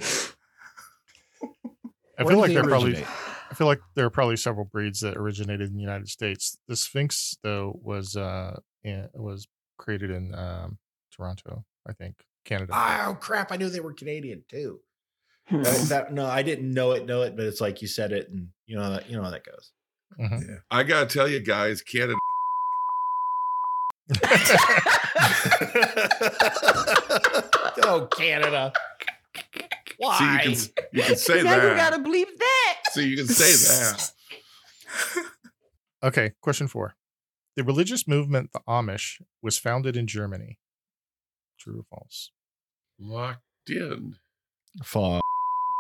E: I
A: Where
E: feel
A: did
E: like
A: they
E: there are probably
A: originate?
E: I feel like there are probably several breeds that originated in the United States. The Sphinx though was uh in, was created in um Toronto, I think, Canada.
A: Oh crap! I knew they were Canadian too. That- that- no, I didn't know it. Know it, but it's like you said it, and you know that you know how that goes.
E: Mhm.
D: I gotta tell you guys, Canada.
A: oh, Canada!
D: So you can you can say
C: now you
D: that.
C: gotta bleep that.
D: so you can say that.
E: Okay, question 4. The religious movement the Amish was founded in Germany. True or false?
D: Locked in.
A: Fuck.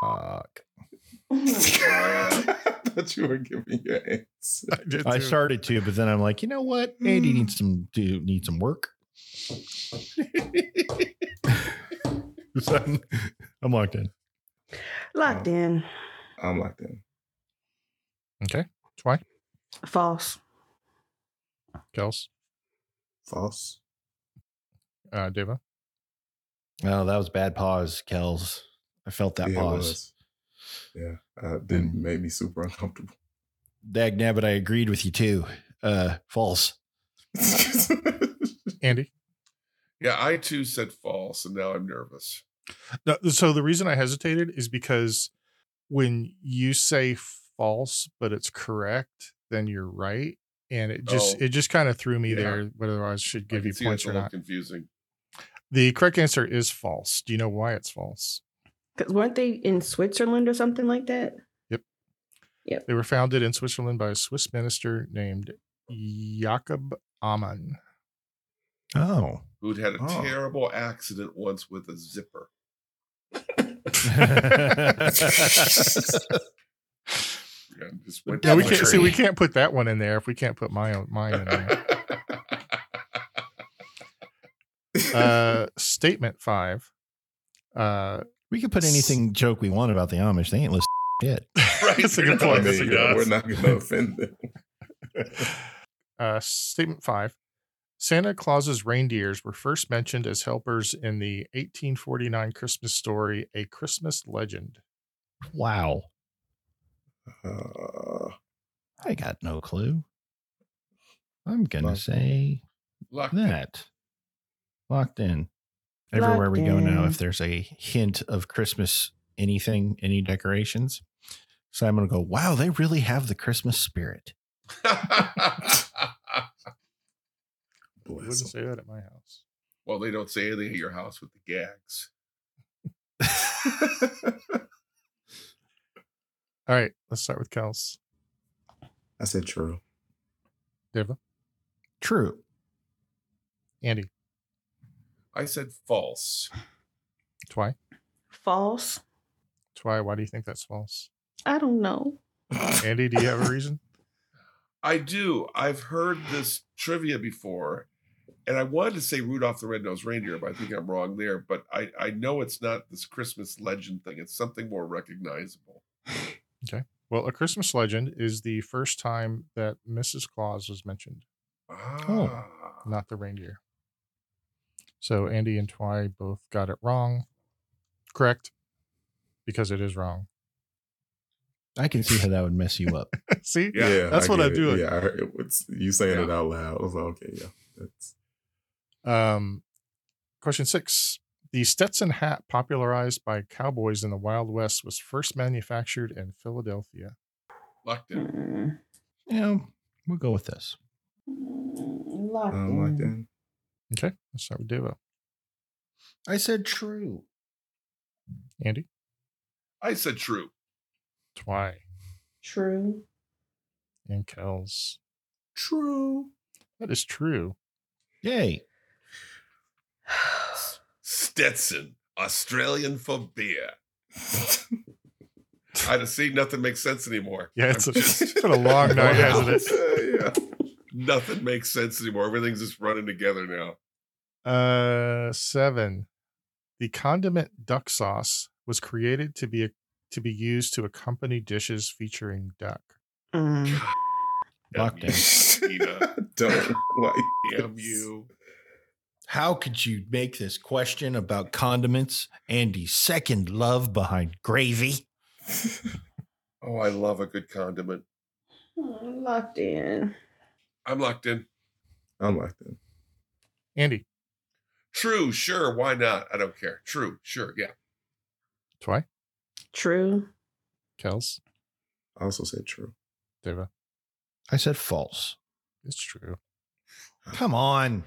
B: that you were giving your answer.
E: did
A: I
E: too.
A: started to, but then I'm like, you know what? Andy needs some do need some work. So I'm, I'm locked in.
C: Locked in.
B: I'm locked in.
E: Okay. Twy,
C: False.
E: Kels,
B: False.
E: uh Deva.
A: Oh, that was bad pause, Kels. I felt that
B: Yeah, it
A: pause.
B: was. Yeah, uh, didn't make me super uncomfortable.
A: Dag nabbit, I agreed with you too. Uh false.
E: Andy.
D: Yeah, I too said false, and now I'm nervous.
E: No, so the reason I hesitated is because when you say false but it's correct, then you're right, and it just
D: Oh.
E: it just kind of threw me
D: Yeah.
E: there whether I should
D: I
E: give
D: can
E: you
D: see that's
E: points
D: a
E: or
D: little
E: not.
D: Confusing.
E: The correct answer is false. Do you know why it's false?
C: Because weren't they in Switzerland or something like that?
E: They were founded in Switzerland by a Swiss minister named Jakob Amann.
A: Oh.
D: Who'd had a
B: Oh.
D: terrible accident once with a zipper. Yeah, just went
E: Yeah, we
D: down
E: can't
D: the
E: see. We
D: tree.
E: can't put that one in there if we can't put my own mine in there. Uh, statement five. Uh,
A: we could put anything joke we want about the Amish. They ain't listening to shit.
D: Right,
E: That's a
D: they're
E: good
D: not
E: point.
B: I
E: That's a
B: mean,
E: good
B: yeah,
E: answer.
B: we're not going to offend them.
E: Uh, statement five Santa Claus's reindeers were first mentioned as helpers in the 1849 Christmas story, A Christmas Legend.
A: Wow.
B: Uh,
A: I got no clue. I'm gonna
B: Locked in.
A: say
D: Locked in.
A: that. Locked in. Everywhere we go now,
C: in.
A: if there's a hint of Christmas anything, any decorations. So I'm gonna go, wow, they really have the Christmas spirit.
E: You
B: bless
E: wouldn't
B: 'em.
E: say that at my house.
D: well, they don't say anything at your house with the gags.
E: All right, let's start with Kels.
B: I said true.
E: Deva,
A: True.
E: Andy,
D: I said false.
E: Twy.
C: False.
E: Twy, why do you think that's false?
C: I don't know.
B: Ah.
E: Andy, do you have a reason?
D: I do. I've heard this trivia before, and I wanted to say Rudolph the Red-Nosed Reindeer, but I think I'm wrong there. But I, I know it's not this Christmas legend thing. It's something more recognizable.
E: Well, A Christmas Legend is the first time that Mrs. Claus was mentioned, Oh.
D: Ah.
E: not the reindeer. So Andy and Twy both got it wrong. Correct? Because it is wrong.
A: I can see how that would mess you up.
E: See?
D: Yeah,
E: that's what I
B: get it.
E: do it.
B: Yeah, I heard it. It's, you saying it
D: Yeah.
B: out loud. I was like, okay, yeah. That's,
E: Um, question six. The Stetson hat popularized by cowboys in the Wild West was first manufactured in Philadelphia.
D: Locked in.
C: Mm.
A: you know, we'll go with this.
C: Mm,
D: Oh.
C: Locked
B: um, like
C: in.
B: that.
E: Okay, let's start with Devo.
A: I said true.
E: Andy?
D: I said true.
E: Twy.
C: True.
E: And Kells.
B: True.
E: That is true.
A: Yay.
D: Stetson, Australian for beer. I'd have seen nothing makes sense anymore.
E: Yeah, it's,
D: I'm
E: a, it's been a long night, hasn't it?
B: yeah.
D: nothing makes sense anymore. Everything's just running together now.
E: Uh, seven. The condiment duck sauce was created to be to be used to accompany dishes featuring duck.
C: Mm.
A: Locked in.
D: Nina.
B: I don't like
D: Damn
B: this.
D: you.
A: How could you make this question about condiments Andy's second love behind gravy?
D: Oh, I love a good condiment.
C: Mm, Locked in.
D: I'm locked in.
B: I'm like that.
E: Andy,
D: True, sure, why not? I don't care. True, sure, yeah.
E: Twy,
C: True.
E: Kells,
B: I also said true.
E: Deva.
A: I said false.
E: It's true.
A: Come on.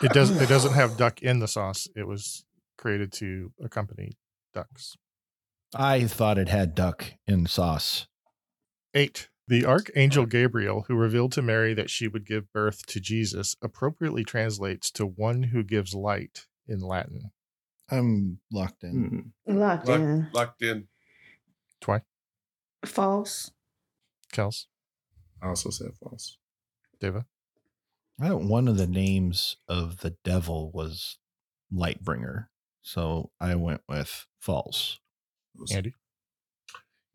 E: It doesn't. It doesn't have duck in the sauce. It was created to accompany ducks.
A: I thought it had duck in sauce.
E: Eight. The archangel Gabriel, who revealed to Mary that she would give birth to Jesus, appropriately translates to "one who gives light" in Latin.
A: I'm locked
B: Hmm.
C: Locked
D: Lock-
C: in.
D: Locked in.
E: Twy,
C: False.
E: Kells,
B: I also said false.
E: Deva.
A: I don't, one of the names of the devil was Lightbringer. So I went with false.
E: Andy.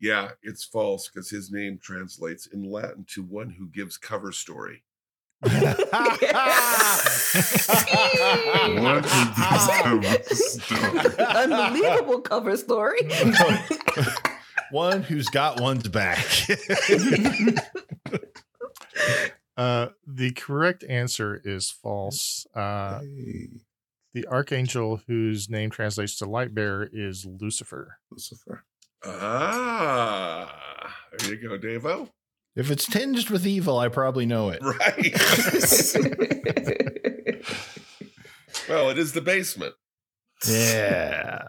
D: Yeah, it's false because his name translates in Latin to one who gives cover story.
B: One of these covers.
C: Unbelievable cover story.
A: one who's got one's back.
E: Uh, the correct answer is false. Uh,
B: Hey,
E: the archangel whose name translates to light bearer is Lucifer.
B: Lucifer.
D: Ah, there you go, Davo.
A: if it's tinged with evil, I probably know it.
D: Right. well, it is the basement.
A: Yeah.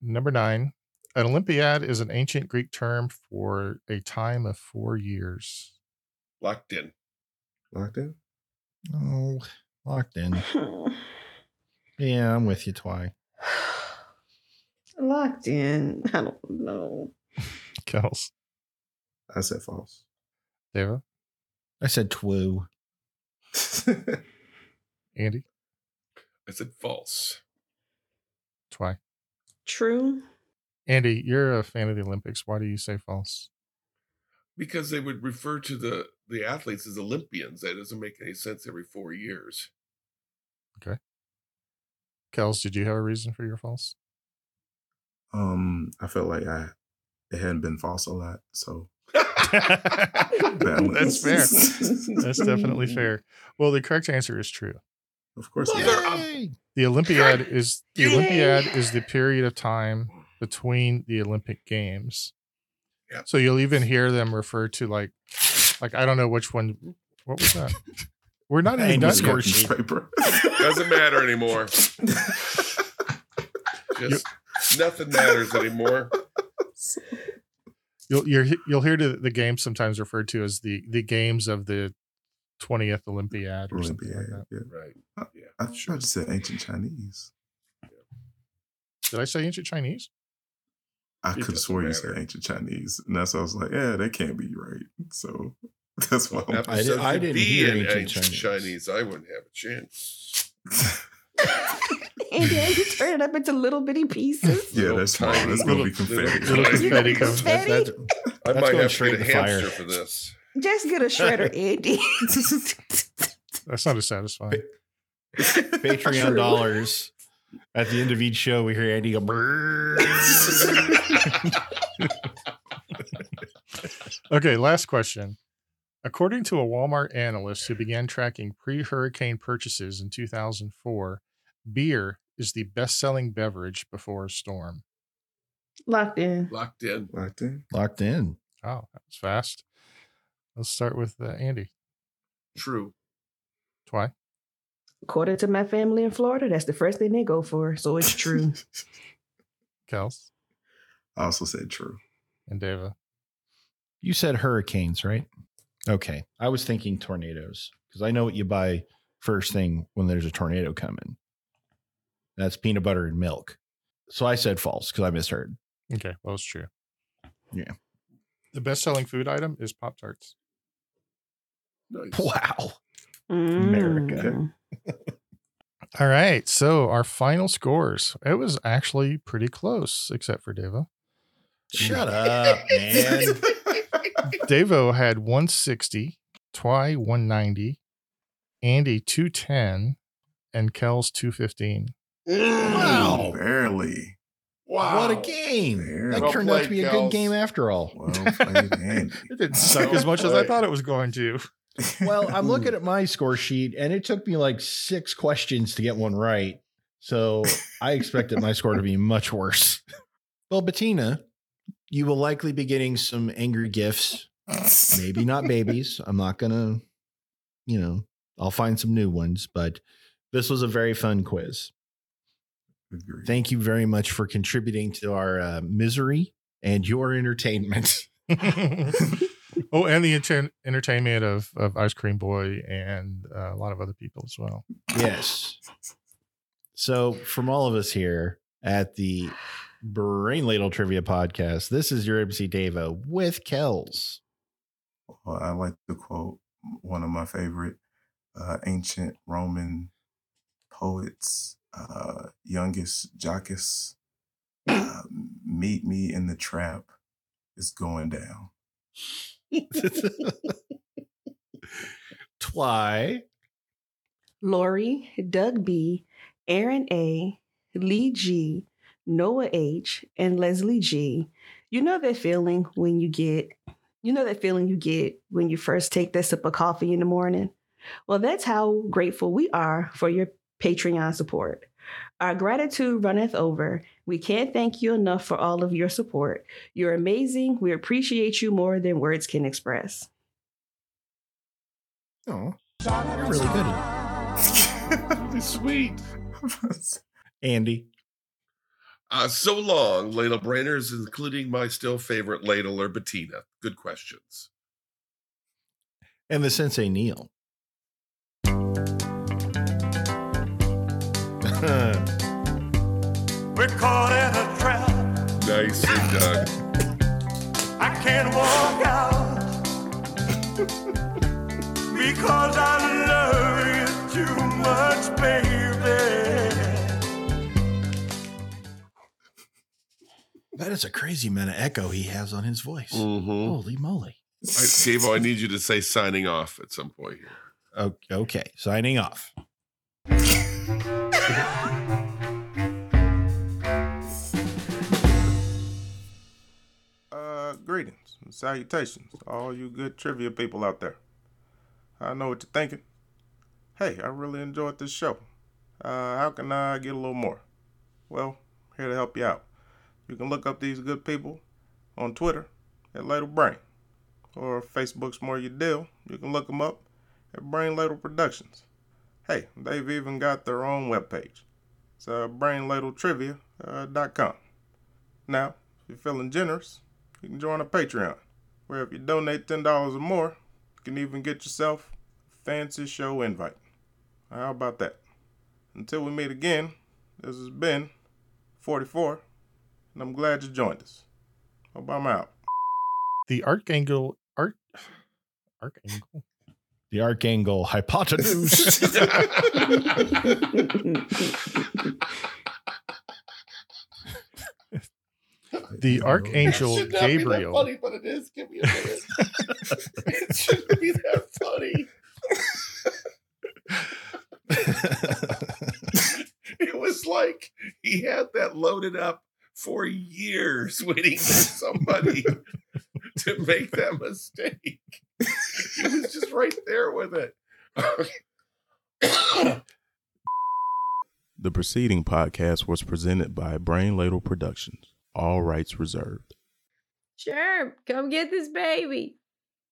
E: Number nine, an Olympiad is an ancient Greek term for a time of four years.
D: Locked in.
B: Locked in?
A: Oh, locked in. Yeah, I'm with you, Twy.
C: Locked in. I don't know.
E: Kels,
B: I said false.
E: Deva,
A: I said twoo.
E: Andy,
D: I said false.
E: Twy.
C: True.
E: Andy, you're a fan of the Olympics. Why do you say false?
D: Because they would refer to the, the athletes as Olympians. That doesn't make any sense every four years.
E: Kels, did you have a reason for your false?
B: Um, I felt like I it hadn't been false a lot, so balance.
E: That's fair. That's definitely fair. Well, the correct answer is true.
B: Of course, it is.
A: Yay!
E: The Olympiad is the
D: Yay!
E: Olympiad is the period of time between the Olympic Games.
D: Yep.
E: So you'll even hear them refer to like, like I don't know which one. What was that? We're not
A: I
E: even
A: ain't
E: done.
A: just
E: yet.
A: score sheet.
B: Newspaper.
D: Doesn't matter anymore. Just nothing matters anymore.
E: You'll you're, you'll hear the, the game sometimes referred to as the the games of the twentieth Olympiad or something like
B: Olympiad.
E: that.
B: Yeah.
D: Right. Yeah.
B: I'm sure I said ancient Chinese.
E: Did I say ancient Chinese?
B: I
D: It
B: could have
D: doesn't
B: sworn you said
D: matter.
B: ancient Chinese, and that's why I was like, yeah, that can't be right. So that's why. I'm,
A: I did- I
D: Episode
A: didn't
D: B
A: hear
D: in
A: ancient
D: ancient
A: Chinese.
D: Chinese. I wouldn't have a chance.
C: and then you turn it up into little bitty pieces.
B: yeah, that's fine. That's gonna be
D: Little-
B: confetti.
E: Little
D: Like-
E: confetti comes.
C: Confetti?
A: That's-
D: I
A: That's
D: might
A: going
D: have to
A: straight
D: get a
A: to fire.
D: hamster for this.
C: Just get a shredder, Andy.
E: That's not as satisfying.
A: Patreon
C: True.
A: dollars. At the end of each show, we hear Andy go. "Brrrr."
E: Okay, last question. According to a Walmart analyst who began tracking pre hurricane purchases in 2004, beer is the best selling beverage before a storm.
C: Locked in.
D: Locked in.
B: Locked in.
A: Locked in.
E: Oh, that was fast. Let's start with uh, Andy.
D: True.
E: Twy.
C: According to my family in Florida, that's the first thing they go for. So it's true.
E: Kels,
B: I also said true.
E: and Deva.
A: You said hurricanes, right? Okay. I was thinking tornadoes because I know what you buy first thing when there's a tornado coming. That's peanut butter and milk. So I said false because I misheard.
E: Okay, well, it's true.
A: Yeah.
E: The best selling food item is Pop Tarts.
D: Nice.
A: Wow.
C: America.
E: All right. So our final scores. It was actually pretty close, except for Deva.
A: Shut up, man.
E: Davo had 160, Twy 190, Andy 210, and Kells 215.
A: Wow.
B: Barely.
A: What a game. That
B: Well
A: turned out to
D: played,
A: be a good
D: Kels.
A: game after all.
B: Well played, Andy.
E: It didn't suck as much as I thought it was going to.
A: Well, I'm looking at my score sheet and it took me like six questions to get one right. So I expected my score to be much worse. Well, Bettina, you will likely be getting some angry gifts maybe not babies. I'm not gonna, you know, I'll find some new ones, but this was a very fun quiz.
B: Agree.
A: Thank you very much for contributing to our uh, misery and your entertainment.
E: oh, and the enter- entertainment of, of Ice Cream Boy and uh, a lot of other people as well.
A: yes. So, from all of us here at the Brain Ladle Trivia Podcast, this is your MC Davo with Kells.
B: Well, I like to quote one of my favorite uh, ancient Roman poets, uh, youngest Jocus. Uh, meet me in the trap. It's going down.
A: Twy.
C: Lori, Doug B, Aaron A, Lee G, Noah H, and Leslie G. You know that feeling when you get, you know that feeling you get when you first take that sip of coffee in the morning? Well, that's how grateful we are for your Patreon support. Our gratitude runneth over. We can't thank you enough for all of your support. You're amazing. We appreciate you more than words can express.
A: Oh, you're really good. at-
D: Sweet.
A: Andy.
D: Uh, so long, ladle brainers, including my still favorite ladler, Bettina. Good questions.
A: and the sensei Neil.
K: We're caught in a trap.
D: Nice, Doug.
K: I can't walk out because I love you too much, baby.
A: that is a crazy amount of echo he has on his voice.
D: Mm-hmm.
A: Holy moly.
D: I, Dave, I need you to say signing off at some point here.
A: O- Okay, signing off.
B: uh, Greetings and salutations, to all you good trivia people out there. I know what you're thinking. Hey, I really enjoyed this show. Uh, how can I get a little more? Well, here to help you out. You can look up these good people on Twitter at Ladle Brain, or Facebook's More Your Deal. You can look them up at Brain Ladle Productions. Hey, they've even got their own webpage. It's uh, brainladletrivia.com. Uh, dot com. now, if you're feeling generous, you can join a Patreon, where if you donate $10 or more, you can even get yourself a fancy show invite. How about that? Until we meet again, this has been 44, and I'm glad you joined us. Hope I'm out.
E: The Archangel Arch Archangel.
A: The Archangel Hypotenuse.
E: The Archangel
D: It should not be that
E: Gabriel.
D: funny, but it is. Give me a minute. it shouldn't be that funny. it was like he had that loaded up for years, waiting for somebody to make that mistake. He was just right there with it.
B: The preceding podcast was presented by Brain Ladle Productions, all rights reserved.
L: Sure, come get this baby.